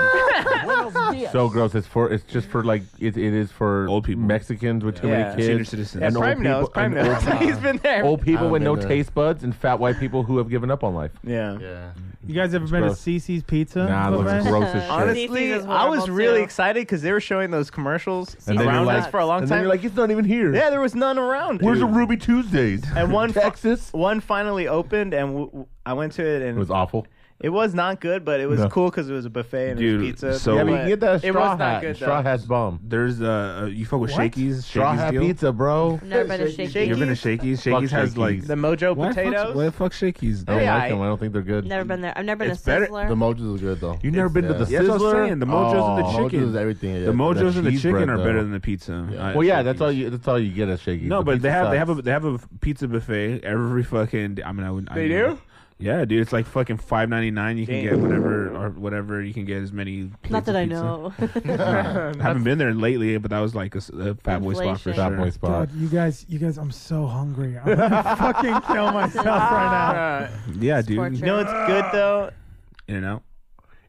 Speaker 3: so gross. It's for it's just for like it, it is for
Speaker 6: Old people.
Speaker 3: Mexicans with too
Speaker 5: Yeah.
Speaker 3: many kids,
Speaker 6: Senior citizens.
Speaker 5: Yeah,
Speaker 3: and old
Speaker 5: Prime
Speaker 3: people,
Speaker 5: knows. Prime
Speaker 3: and
Speaker 5: knows.
Speaker 3: old-
Speaker 5: He's been there.
Speaker 3: old people
Speaker 10: I've
Speaker 3: with no
Speaker 10: been there.
Speaker 3: taste buds and fat white people who have given up on life.
Speaker 5: Yeah.
Speaker 10: Yeah.
Speaker 2: You guys ever been
Speaker 3: gross.
Speaker 2: to CC's Pizza?
Speaker 3: Nah, it looks
Speaker 2: buffet?
Speaker 3: gross as shit.
Speaker 5: Honestly,
Speaker 4: CC's is
Speaker 5: I was
Speaker 4: horrible,
Speaker 5: really
Speaker 4: too.
Speaker 5: excited because they were showing those commercials
Speaker 3: And then you're
Speaker 5: around
Speaker 3: like-
Speaker 5: us for a long
Speaker 3: and then
Speaker 5: time.
Speaker 3: you're like, it's not even here.
Speaker 5: yeah, there was none around.
Speaker 3: Where's the
Speaker 5: dude.
Speaker 3: Ruby Tuesdays?
Speaker 5: And one fi-
Speaker 3: Texas.
Speaker 5: one finally opened, and w- w- I went to it, and
Speaker 3: It was awful.
Speaker 5: It was not good, but it was
Speaker 3: No.
Speaker 5: cool because it was a buffet and
Speaker 6: Dude,
Speaker 5: it was pizza.
Speaker 6: so- Yeah, but
Speaker 3: you can get that
Speaker 5: it
Speaker 3: straw
Speaker 5: was not
Speaker 3: hat.
Speaker 5: good.
Speaker 3: straw
Speaker 5: Though.
Speaker 3: hat's bomb.
Speaker 6: There's uh, uh you fuck with
Speaker 2: What?
Speaker 6: Shakey's.
Speaker 3: Straw
Speaker 6: Shakey's
Speaker 3: hat
Speaker 6: deal?
Speaker 3: pizza, bro.
Speaker 4: I've never been to
Speaker 5: Shakey's.
Speaker 6: You
Speaker 4: Shakey's.
Speaker 6: ever been to Shakey's? Shakey's has like
Speaker 5: The Mojo
Speaker 6: Why the fuck's-
Speaker 5: potatoes.
Speaker 6: Why the fuck Shakey's?
Speaker 3: I don't
Speaker 5: Yeah,
Speaker 3: like
Speaker 5: I-
Speaker 3: them. I don't think they're good.
Speaker 4: Never been there. I've never been
Speaker 6: It's
Speaker 4: to
Speaker 6: better-
Speaker 4: Sizzler.
Speaker 10: The mojos is good though.
Speaker 3: You've never been to the
Speaker 10: yeah.
Speaker 6: That's what I'm
Speaker 3: Sizzler?
Speaker 6: saying. The mojos and the
Speaker 10: Oh, mojos
Speaker 6: chicken.
Speaker 10: is everything.
Speaker 6: The mojos and the
Speaker 3: cheese
Speaker 6: chicken
Speaker 3: bread,
Speaker 6: are
Speaker 3: though.
Speaker 6: better than the pizza. Uh,
Speaker 3: Well, yeah,
Speaker 6: Shakey's.
Speaker 3: that's all you. That's all you get at Shakey's.
Speaker 6: No,
Speaker 3: The
Speaker 6: but
Speaker 3: pizza
Speaker 6: they have they
Speaker 3: sucks.
Speaker 6: have a they have a pizza buffet every fucking. I mean, I would. I
Speaker 5: They
Speaker 6: know.
Speaker 5: do?
Speaker 6: Yeah, dude, it's like fucking five ninety nine. You can
Speaker 5: Damn.
Speaker 6: get whatever or whatever you can get as many.
Speaker 4: Not
Speaker 6: plates
Speaker 4: that
Speaker 6: of
Speaker 4: I
Speaker 6: pizza.
Speaker 4: know.
Speaker 6: I haven't been there lately, but that was like a, s- a fat boy spot for
Speaker 4: Inflation.
Speaker 6: sure.
Speaker 3: Fat boy spot.
Speaker 2: God, you guys, you guys, I'm so hungry. I'm gonna fucking kill myself right
Speaker 5: Uh,
Speaker 6: Yeah, dude.
Speaker 4: Torture.
Speaker 5: you know what's good though?
Speaker 6: In and out.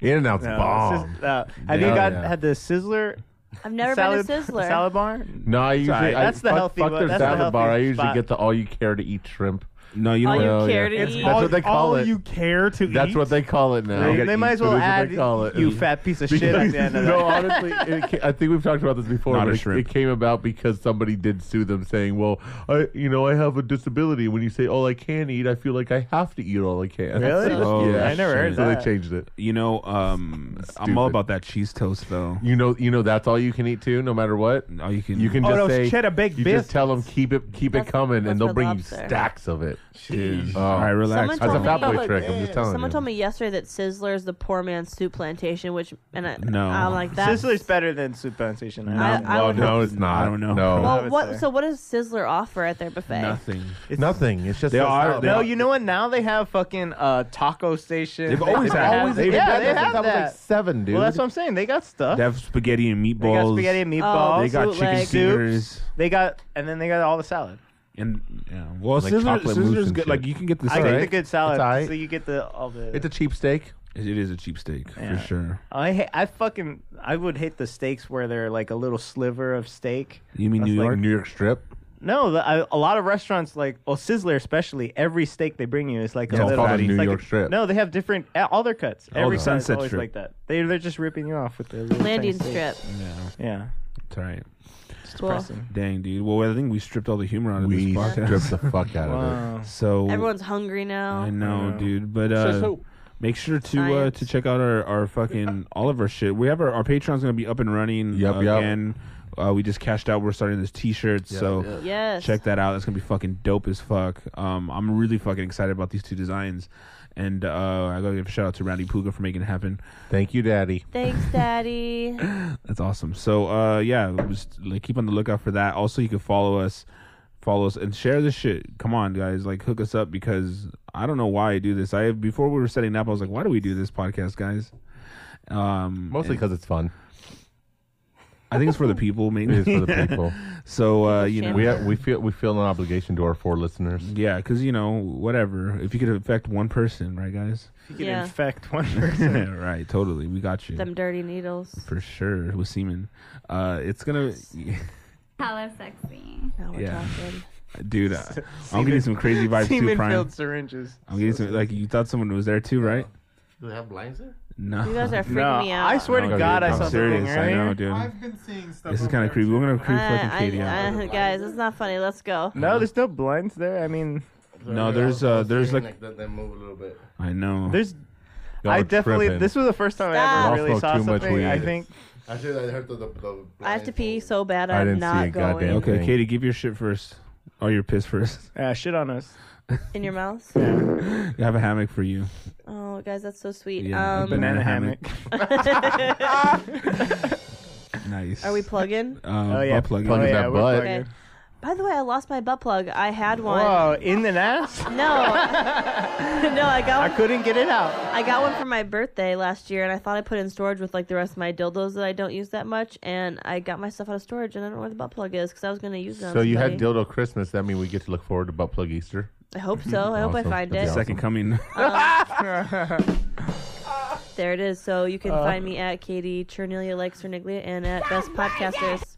Speaker 3: In and out's
Speaker 5: No, it's
Speaker 3: bomb.
Speaker 5: just- uh, have you
Speaker 3: Yeah.
Speaker 5: got
Speaker 3: Yeah.
Speaker 5: had the Sizzler
Speaker 4: I've never
Speaker 5: salad
Speaker 4: been to Sizzler.
Speaker 5: salad bar?
Speaker 3: No, I usually
Speaker 5: alright.
Speaker 3: I-
Speaker 5: That's the
Speaker 3: fuck,
Speaker 5: healthy
Speaker 3: fuck
Speaker 5: one.
Speaker 3: their
Speaker 5: That's the
Speaker 3: salad
Speaker 5: healthy
Speaker 3: bar. I usually
Speaker 5: spot.
Speaker 3: get the all you care to eat shrimp.
Speaker 6: No, you know
Speaker 4: All
Speaker 6: what?
Speaker 4: you
Speaker 3: Oh,
Speaker 4: care
Speaker 3: yeah.
Speaker 4: to
Speaker 3: That's
Speaker 4: eat.
Speaker 2: now.
Speaker 3: what they call
Speaker 2: all
Speaker 3: it.
Speaker 2: you care to
Speaker 3: That's
Speaker 2: eat.
Speaker 3: what they call it now.
Speaker 5: They, they might as well
Speaker 3: That's what
Speaker 5: add
Speaker 3: they call it.
Speaker 5: you fat piece of shit at the end of that.
Speaker 3: no, honestly, it, ca- I think we've talked about this before.
Speaker 6: Not
Speaker 3: but
Speaker 6: a
Speaker 3: it,
Speaker 6: shrimp.
Speaker 3: it came about because somebody did sue them, saying, "Well, I, you know, I have a disability. When you say all I can eat, I feel like I have to eat all I can."
Speaker 5: Really?
Speaker 6: Oh,
Speaker 3: yeah,
Speaker 5: I never heard
Speaker 6: shit.
Speaker 3: so
Speaker 5: that.
Speaker 3: they changed it.
Speaker 6: You know, um, I'm all
Speaker 3: Stupid.
Speaker 6: about that cheese toast though.
Speaker 3: You know, you know that's all you can eat too, no matter what.
Speaker 6: All you can.
Speaker 3: You can
Speaker 2: Oh,
Speaker 3: just
Speaker 2: those
Speaker 3: say
Speaker 2: cheddar baked
Speaker 3: you
Speaker 2: biscuits.
Speaker 3: just tell them keep it keep
Speaker 4: That's-
Speaker 3: it coming,
Speaker 4: that's
Speaker 3: and they'll
Speaker 4: for
Speaker 3: bring you
Speaker 4: lobster.
Speaker 3: stacks of it.
Speaker 6: it. Jeez. All right, relax.
Speaker 4: Someone
Speaker 6: bro.
Speaker 4: told me-
Speaker 3: Oh,
Speaker 4: Someone told me yesterday that Sizzler's the poor man's soup plantation, which and I,
Speaker 6: No.
Speaker 4: I'm like that.
Speaker 5: Sizzler's better than Soup Plantation.
Speaker 6: No. I- I would-
Speaker 3: no, it's not.
Speaker 6: I don't know.
Speaker 3: No.
Speaker 4: Well, what? So what does Sizzler offer at their buffet?
Speaker 6: Nothing.
Speaker 3: It's nothing. It's just
Speaker 6: They
Speaker 3: a
Speaker 6: are-
Speaker 3: salad.
Speaker 6: they
Speaker 5: No,
Speaker 6: are-
Speaker 5: you know what? Now they have fucking uh, taco station.
Speaker 6: They've always had that. They've
Speaker 5: yeah,
Speaker 6: had
Speaker 5: they
Speaker 6: that since
Speaker 5: have
Speaker 6: I was,
Speaker 5: that.
Speaker 6: like, seven, dude.
Speaker 5: Well, that's what I'm saying. They got stuff.
Speaker 6: They have spaghetti and meatballs.
Speaker 5: They got spaghetti and meatballs.
Speaker 6: they got chicken
Speaker 5: bootleg.
Speaker 6: fingers.
Speaker 5: Soups. They got, and then they got all the salad.
Speaker 6: And yeah, well,
Speaker 5: Like
Speaker 6: Sizzler,
Speaker 5: chocolate mousse
Speaker 6: Sizzler's
Speaker 5: and
Speaker 6: good.
Speaker 5: shit.
Speaker 6: Like you can get the.
Speaker 5: I get
Speaker 6: steak.
Speaker 5: the good salad,
Speaker 6: It's aight.
Speaker 5: so you get the all the.
Speaker 6: It's a
Speaker 3: cheap steak.
Speaker 6: It it is a cheap steak
Speaker 5: Yeah.
Speaker 6: for sure.
Speaker 5: I ha- I fucking I would hate the steaks where they're like a little sliver of steak.
Speaker 6: You mean
Speaker 5: That's
Speaker 6: New
Speaker 5: like-
Speaker 6: York? New York Strip.
Speaker 5: No, the, I, a lot of restaurants like well Sizzler especially every steak they bring you is like
Speaker 6: Yeah,
Speaker 5: a
Speaker 6: it's
Speaker 5: little
Speaker 6: called a
Speaker 5: it's
Speaker 6: New
Speaker 5: like
Speaker 6: York strip.
Speaker 5: No, they have different all their cuts.
Speaker 6: Oh,
Speaker 5: Every
Speaker 6: the
Speaker 5: cut is
Speaker 6: Sunset
Speaker 5: always
Speaker 6: Strip.
Speaker 5: like that. They they're just ripping you off with their little
Speaker 4: Landing
Speaker 5: tiny
Speaker 4: Strip.
Speaker 5: steaks.
Speaker 6: Yeah.
Speaker 5: Yeah.
Speaker 6: It's all right.
Speaker 5: It's
Speaker 4: Cool.
Speaker 5: depressing.
Speaker 6: Dang, dude. Well, I think we stripped all the humor out of
Speaker 3: We
Speaker 6: this podcast.
Speaker 3: stripped the fuck out of it. Wow.
Speaker 6: So
Speaker 4: Everyone's hungry now.
Speaker 6: I know,
Speaker 4: I know.
Speaker 6: dude. But
Speaker 4: So-
Speaker 6: uh,
Speaker 4: so-
Speaker 6: make sure to uh, to check out our, our fucking all of our shit. We have our, our Patreon's gonna be up and running
Speaker 3: Yup,
Speaker 6: uh,
Speaker 3: yup.
Speaker 6: again. Uh, we just cashed out. We're starting this T-shirt,
Speaker 3: Yeah,
Speaker 6: so
Speaker 3: yeah.
Speaker 4: Yes.
Speaker 6: check that out. That's gonna be fucking dope as fuck. Um, I'm really fucking excited about these two designs, and uh, I gotta give a shout out to Randy Puga for making it happen.
Speaker 3: Thank you, Daddy.
Speaker 4: Thanks, Daddy.
Speaker 6: That's awesome. So uh yeah, just like keep on the lookout for that. Also, you can follow us, follow us, and share this shit. Come on, guys, like hook us up because I don't know why I do this. I before we were setting up, I was like, why do we do this podcast, guys? Um,
Speaker 3: Mostly 'cause it's fun.
Speaker 6: I think it's for the people. Maybe
Speaker 3: It is for the people.
Speaker 6: so uh, you know,
Speaker 3: we we feel we feel an obligation to our four listeners.
Speaker 6: Yeah, because you know, whatever. If you could affect one person, right, guys?
Speaker 5: You could
Speaker 4: Yeah.
Speaker 5: infect one person.
Speaker 6: right, totally. We got you
Speaker 4: Them dirty needles.
Speaker 6: for sure with semen. Uh, it's gonna.
Speaker 12: Hello, sexy.
Speaker 4: Now we're
Speaker 6: Yeah.
Speaker 4: talking.
Speaker 6: Dude, uh, I'm getting some crazy vibes too, Prime.
Speaker 5: Semen-filled syringes.
Speaker 6: I'm getting some, like, you thought someone was there too, right?
Speaker 10: Do they have blinds there?
Speaker 6: No.
Speaker 4: You guys are freaking
Speaker 5: No,
Speaker 4: me out.
Speaker 5: I swear to
Speaker 6: No,
Speaker 5: God, I
Speaker 6: I'm
Speaker 5: saw something
Speaker 6: serious. I know,
Speaker 5: earlier.
Speaker 6: dude.
Speaker 5: I've
Speaker 2: been seeing stuff.
Speaker 6: This is kind of creepy. We're going to creep fucking
Speaker 4: I-
Speaker 6: Katie
Speaker 4: I-
Speaker 6: out.
Speaker 4: guys, it's not funny. Let's go.
Speaker 5: No, there's no blinds there. I mean,
Speaker 6: No, there's, uh, there's like,
Speaker 10: Let them move a little bit.
Speaker 6: I know.
Speaker 5: There's,
Speaker 6: Y'all
Speaker 5: I
Speaker 6: are
Speaker 5: definitely.
Speaker 6: tripping.
Speaker 5: This was the first time I
Speaker 4: Stop.
Speaker 5: ever
Speaker 4: Y'all
Speaker 5: really
Speaker 6: smoke
Speaker 5: saw
Speaker 6: too much
Speaker 5: something. I
Speaker 6: weed.
Speaker 5: think
Speaker 10: I should have heard the, the, the
Speaker 4: I have to pee so bad.
Speaker 6: I
Speaker 4: I'm
Speaker 6: didn't see
Speaker 4: not
Speaker 6: a
Speaker 4: going.
Speaker 6: goddamn Okay, Katie, give your shit first. Or your piss first.
Speaker 5: Yeah, uh, shit on us.
Speaker 4: In your mouth?
Speaker 6: I have a hammock for you.
Speaker 4: Oh, guys, that's so sweet.
Speaker 6: Yeah, a
Speaker 4: um,
Speaker 6: banana hammock. Nice.
Speaker 4: Are we plugging?
Speaker 6: Uh,
Speaker 5: Oh, yeah.
Speaker 6: Butt plug.
Speaker 5: Plug Oh, is yeah, that we're butt. plugging.
Speaker 4: Okay. By the way, I lost my butt plug. I had one.
Speaker 5: Whoa, in the ass?
Speaker 4: No, no, I got.
Speaker 5: I
Speaker 4: One,
Speaker 5: couldn't get it out.
Speaker 4: I got one for my birthday last year, and I thought I put it in storage with like the rest of my dildos that I don't use that much, and I got myself out of storage, and I don't know where the butt plug is because I was gonna use it. on
Speaker 3: So you had
Speaker 4: somebody.
Speaker 3: dildo Christmas. That means we get to look forward to butt plug Easter.
Speaker 4: I hope so. I hope I
Speaker 3: Awesome.
Speaker 4: find
Speaker 3: That'd
Speaker 4: it.
Speaker 3: be
Speaker 6: Second coming.
Speaker 4: There it is. So you can find me at Katie Chernelia likes Cerniglia and at Best Podcasters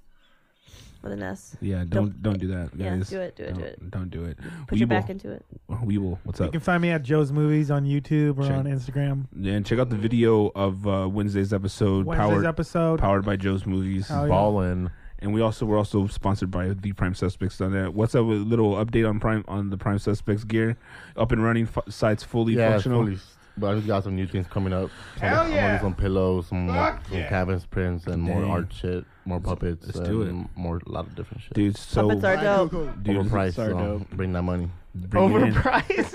Speaker 4: with an S.
Speaker 6: Yeah, don't don't do that,
Speaker 4: Yeah,
Speaker 6: guys.
Speaker 4: do it, do it, do it.
Speaker 6: Don't, don't do it.
Speaker 4: Put your back into it.
Speaker 6: We will. What's
Speaker 2: You
Speaker 6: up?
Speaker 2: can find me at Joe's Movies on YouTube or on Instagram.
Speaker 6: And check out the video of uh, Wednesday's episode.
Speaker 2: Wednesday's
Speaker 6: powered,
Speaker 2: episode.
Speaker 6: powered by Joe's Movies.
Speaker 2: Oh, yeah.
Speaker 3: Ballin'.
Speaker 6: And we also we're also sponsored by the Prime Suspects. On that. What's up? A little update on Prime on the Prime Suspects gear, up and running. F- sites fully
Speaker 10: yeah, it's
Speaker 6: functional.
Speaker 10: fully s- But I just got some new things coming up.
Speaker 6: Hell
Speaker 10: I'm
Speaker 6: yeah.
Speaker 10: gonna do some pillows, some, more,
Speaker 6: Fuck
Speaker 10: some
Speaker 6: yeah.
Speaker 10: cabins prints, and more
Speaker 6: Dang.
Speaker 10: art shit, more puppets.
Speaker 6: let's do
Speaker 10: and More a lot of different shit.
Speaker 6: Dude, so- Puppets are dope. Dude,
Speaker 10: overpriced.
Speaker 6: puppets are
Speaker 10: so
Speaker 6: dope.
Speaker 10: Bring that money.
Speaker 6: Bring it in.
Speaker 10: Overpriced.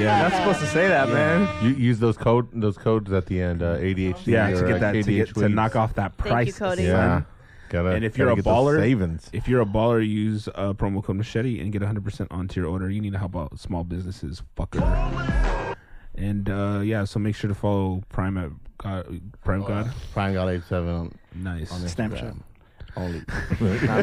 Speaker 6: Yeah.
Speaker 5: Not supposed to say that, man.
Speaker 3: You use those code those codes at the end. Uh, ADHD.
Speaker 6: Yeah,
Speaker 3: or,
Speaker 6: to get
Speaker 3: uh,
Speaker 6: that to,
Speaker 3: KDH
Speaker 6: get, to
Speaker 3: weeds.
Speaker 6: knock off that
Speaker 4: Thank you,
Speaker 6: price.
Speaker 4: Cody.
Speaker 6: son.
Speaker 3: Yeah. Gotta-
Speaker 6: and if you're a
Speaker 3: gotta get those
Speaker 6: baller,
Speaker 3: savings.
Speaker 6: if you're a baller, use uh, promo code Machete and get 100% onto your order. You need to help out small businesses, fucker. And uh, yeah, so make sure to follow Prime at God, Prime oh God.
Speaker 10: Prime God 87.
Speaker 6: Nice.
Speaker 10: On
Speaker 6: Snapchat.
Speaker 10: Instagram. Only.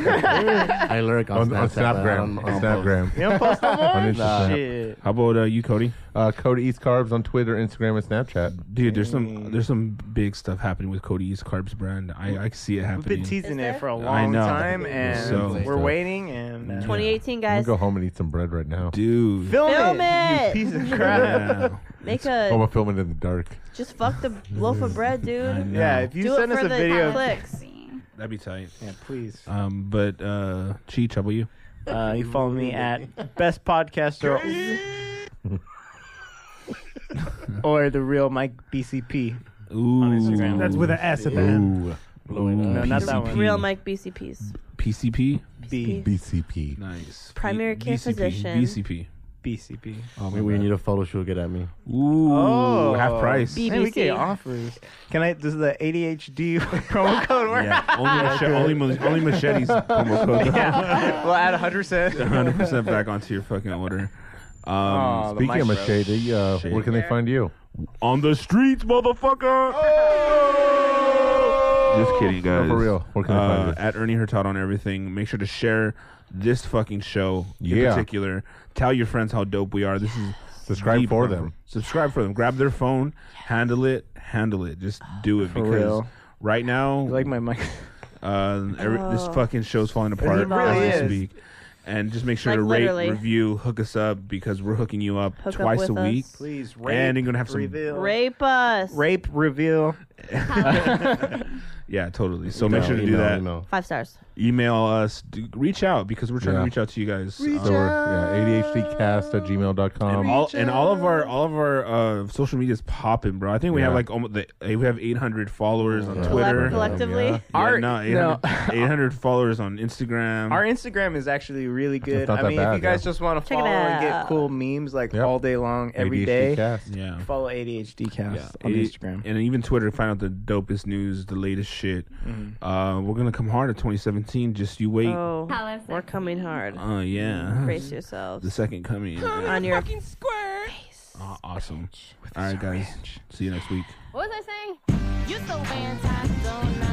Speaker 10: I lurk on,
Speaker 6: On- on
Speaker 10: Snapchat, but I don't-
Speaker 6: Snapgram.
Speaker 10: I
Speaker 3: On
Speaker 10: don't post.
Speaker 3: Snapgram.
Speaker 5: You don't post no more?
Speaker 3: On Instagram.
Speaker 5: Shit.
Speaker 6: How about uh, you, Cody?
Speaker 3: Uh, Cody eats carbs on Twitter, Instagram, and Snapchat.
Speaker 6: Dude, there's some there's some big stuff happening with Cody's Carbs brand. I, I see it
Speaker 5: We've
Speaker 6: happening.
Speaker 5: been teasing it for a
Speaker 6: I
Speaker 5: long
Speaker 6: know.
Speaker 5: time, and
Speaker 6: So-
Speaker 5: we're waiting. And uh,
Speaker 4: 2018,
Speaker 3: I'm
Speaker 4: guys.
Speaker 3: gonna go home and eat some bread right now,
Speaker 6: dude.
Speaker 5: film,
Speaker 4: Film
Speaker 5: it,
Speaker 4: it.
Speaker 5: you piece of crap.
Speaker 4: Make
Speaker 3: I'm gonna
Speaker 4: a
Speaker 3: film it in the dark.
Speaker 4: just fuck the loaf of bread, dude.
Speaker 6: know. Yeah,
Speaker 5: if you
Speaker 4: Do
Speaker 5: send
Speaker 4: it
Speaker 5: us
Speaker 4: for
Speaker 5: a
Speaker 4: the
Speaker 5: video-
Speaker 4: clicks.
Speaker 6: That'd be tight.
Speaker 5: Yeah, please.
Speaker 6: Um, but uh, Cheech, how about you?
Speaker 5: Uh, you follow me at best podcaster or the real Mike BCP
Speaker 6: Ooh,
Speaker 5: on Instagram.
Speaker 2: That's with an S at the end.
Speaker 6: Ooh.
Speaker 5: No, not that one.
Speaker 4: Real Mike BCPs.
Speaker 6: PCP.
Speaker 5: B.
Speaker 3: BCP.
Speaker 6: Nice.
Speaker 4: Primary care
Speaker 6: VCP,
Speaker 4: physician.
Speaker 6: VCP.
Speaker 5: BCP.
Speaker 10: Oh, maybe we need a photo shoot. Get at me.
Speaker 6: Ooh,
Speaker 5: Oh,
Speaker 6: half price.
Speaker 5: Hey, we get offers. Can I? Does the ADHD promo code work?
Speaker 6: Yeah, only, mach- only, ma- only machetes promo code.
Speaker 5: Yeah, we'll add 100 cents.
Speaker 6: 100 percent back onto your fucking order. Um,
Speaker 5: Aw, Oh, the
Speaker 3: Speaking of
Speaker 5: maestro.
Speaker 3: machete, uh, where can they find you?
Speaker 6: On the streets, motherfucker. Just kidding,
Speaker 3: Oh! No,
Speaker 6: guys.
Speaker 3: for real. Where can I
Speaker 6: uh,
Speaker 3: find you?
Speaker 6: At Ernie Hurtado on everything. Make sure to share this fucking show in
Speaker 3: Yeah.
Speaker 6: particular. Tell your friends how dope we are. This is
Speaker 3: Subscribe
Speaker 6: the
Speaker 3: for
Speaker 6: proper-
Speaker 3: them.
Speaker 6: Subscribe for them. Grab their phone. Handle it. Handle it. Just do it
Speaker 5: For
Speaker 6: because
Speaker 5: real.
Speaker 6: right now,
Speaker 5: like my mic.
Speaker 6: uh, every, this
Speaker 5: Oh.
Speaker 6: fucking show's falling
Speaker 5: It
Speaker 6: apart
Speaker 5: really
Speaker 6: as we
Speaker 5: is.
Speaker 6: speak. And just make sure
Speaker 5: Like,
Speaker 6: to rate,
Speaker 5: literally.
Speaker 6: review, hook us up because we're hooking you up
Speaker 4: Hook up
Speaker 6: twice
Speaker 4: with
Speaker 6: a
Speaker 4: us.
Speaker 6: week.
Speaker 5: Please,
Speaker 6: and
Speaker 5: rape,
Speaker 6: you're gonna have some Mm.
Speaker 5: reveal.
Speaker 4: Rape us.
Speaker 5: Rape reveal.
Speaker 6: Yeah, totally. So
Speaker 10: Email,
Speaker 6: make sure to do
Speaker 10: email,
Speaker 6: that.
Speaker 10: email.
Speaker 4: Five stars.
Speaker 6: Email us. D- reach out because we're trying
Speaker 3: Yeah.
Speaker 6: to reach out to you guys.
Speaker 4: Reach
Speaker 6: Um,
Speaker 3: So we're, yeah, ADHDcast at gmail.com.
Speaker 6: and all, and all of our all of our uh, social media is popping, bro. I think we have
Speaker 3: Yeah.
Speaker 6: like almost the, eh, we have 800 followers on
Speaker 3: Collect-
Speaker 6: Twitter
Speaker 4: collectively?
Speaker 6: Yeah,
Speaker 5: Our-
Speaker 6: no, 800, 800 followers on Instagram.
Speaker 5: Our Instagram is actually really good.
Speaker 6: not
Speaker 5: I
Speaker 6: that
Speaker 5: mean, if
Speaker 6: bad,
Speaker 5: you guys
Speaker 6: yeah.
Speaker 5: just want to
Speaker 4: Check it
Speaker 5: follow and get
Speaker 4: out.
Speaker 5: cool memes like all day long, every
Speaker 6: ADHD
Speaker 5: day,
Speaker 6: cast. Yeah.
Speaker 5: follow ADHD Cast on
Speaker 6: It-
Speaker 5: Instagram.
Speaker 6: and even Twitter. Find out the dopest news, the latest shit.
Speaker 5: Mm-hmm.
Speaker 6: Uh, we're gonna come hard at 2017. Just you wait.
Speaker 4: Oh, we're coming hard.
Speaker 6: Oh, yeah.
Speaker 4: Brace yourselves.
Speaker 6: The second coming.
Speaker 4: On your
Speaker 6: Aw- awesome. All right, guys. See you next week.
Speaker 12: What was I saying? You so fantastic.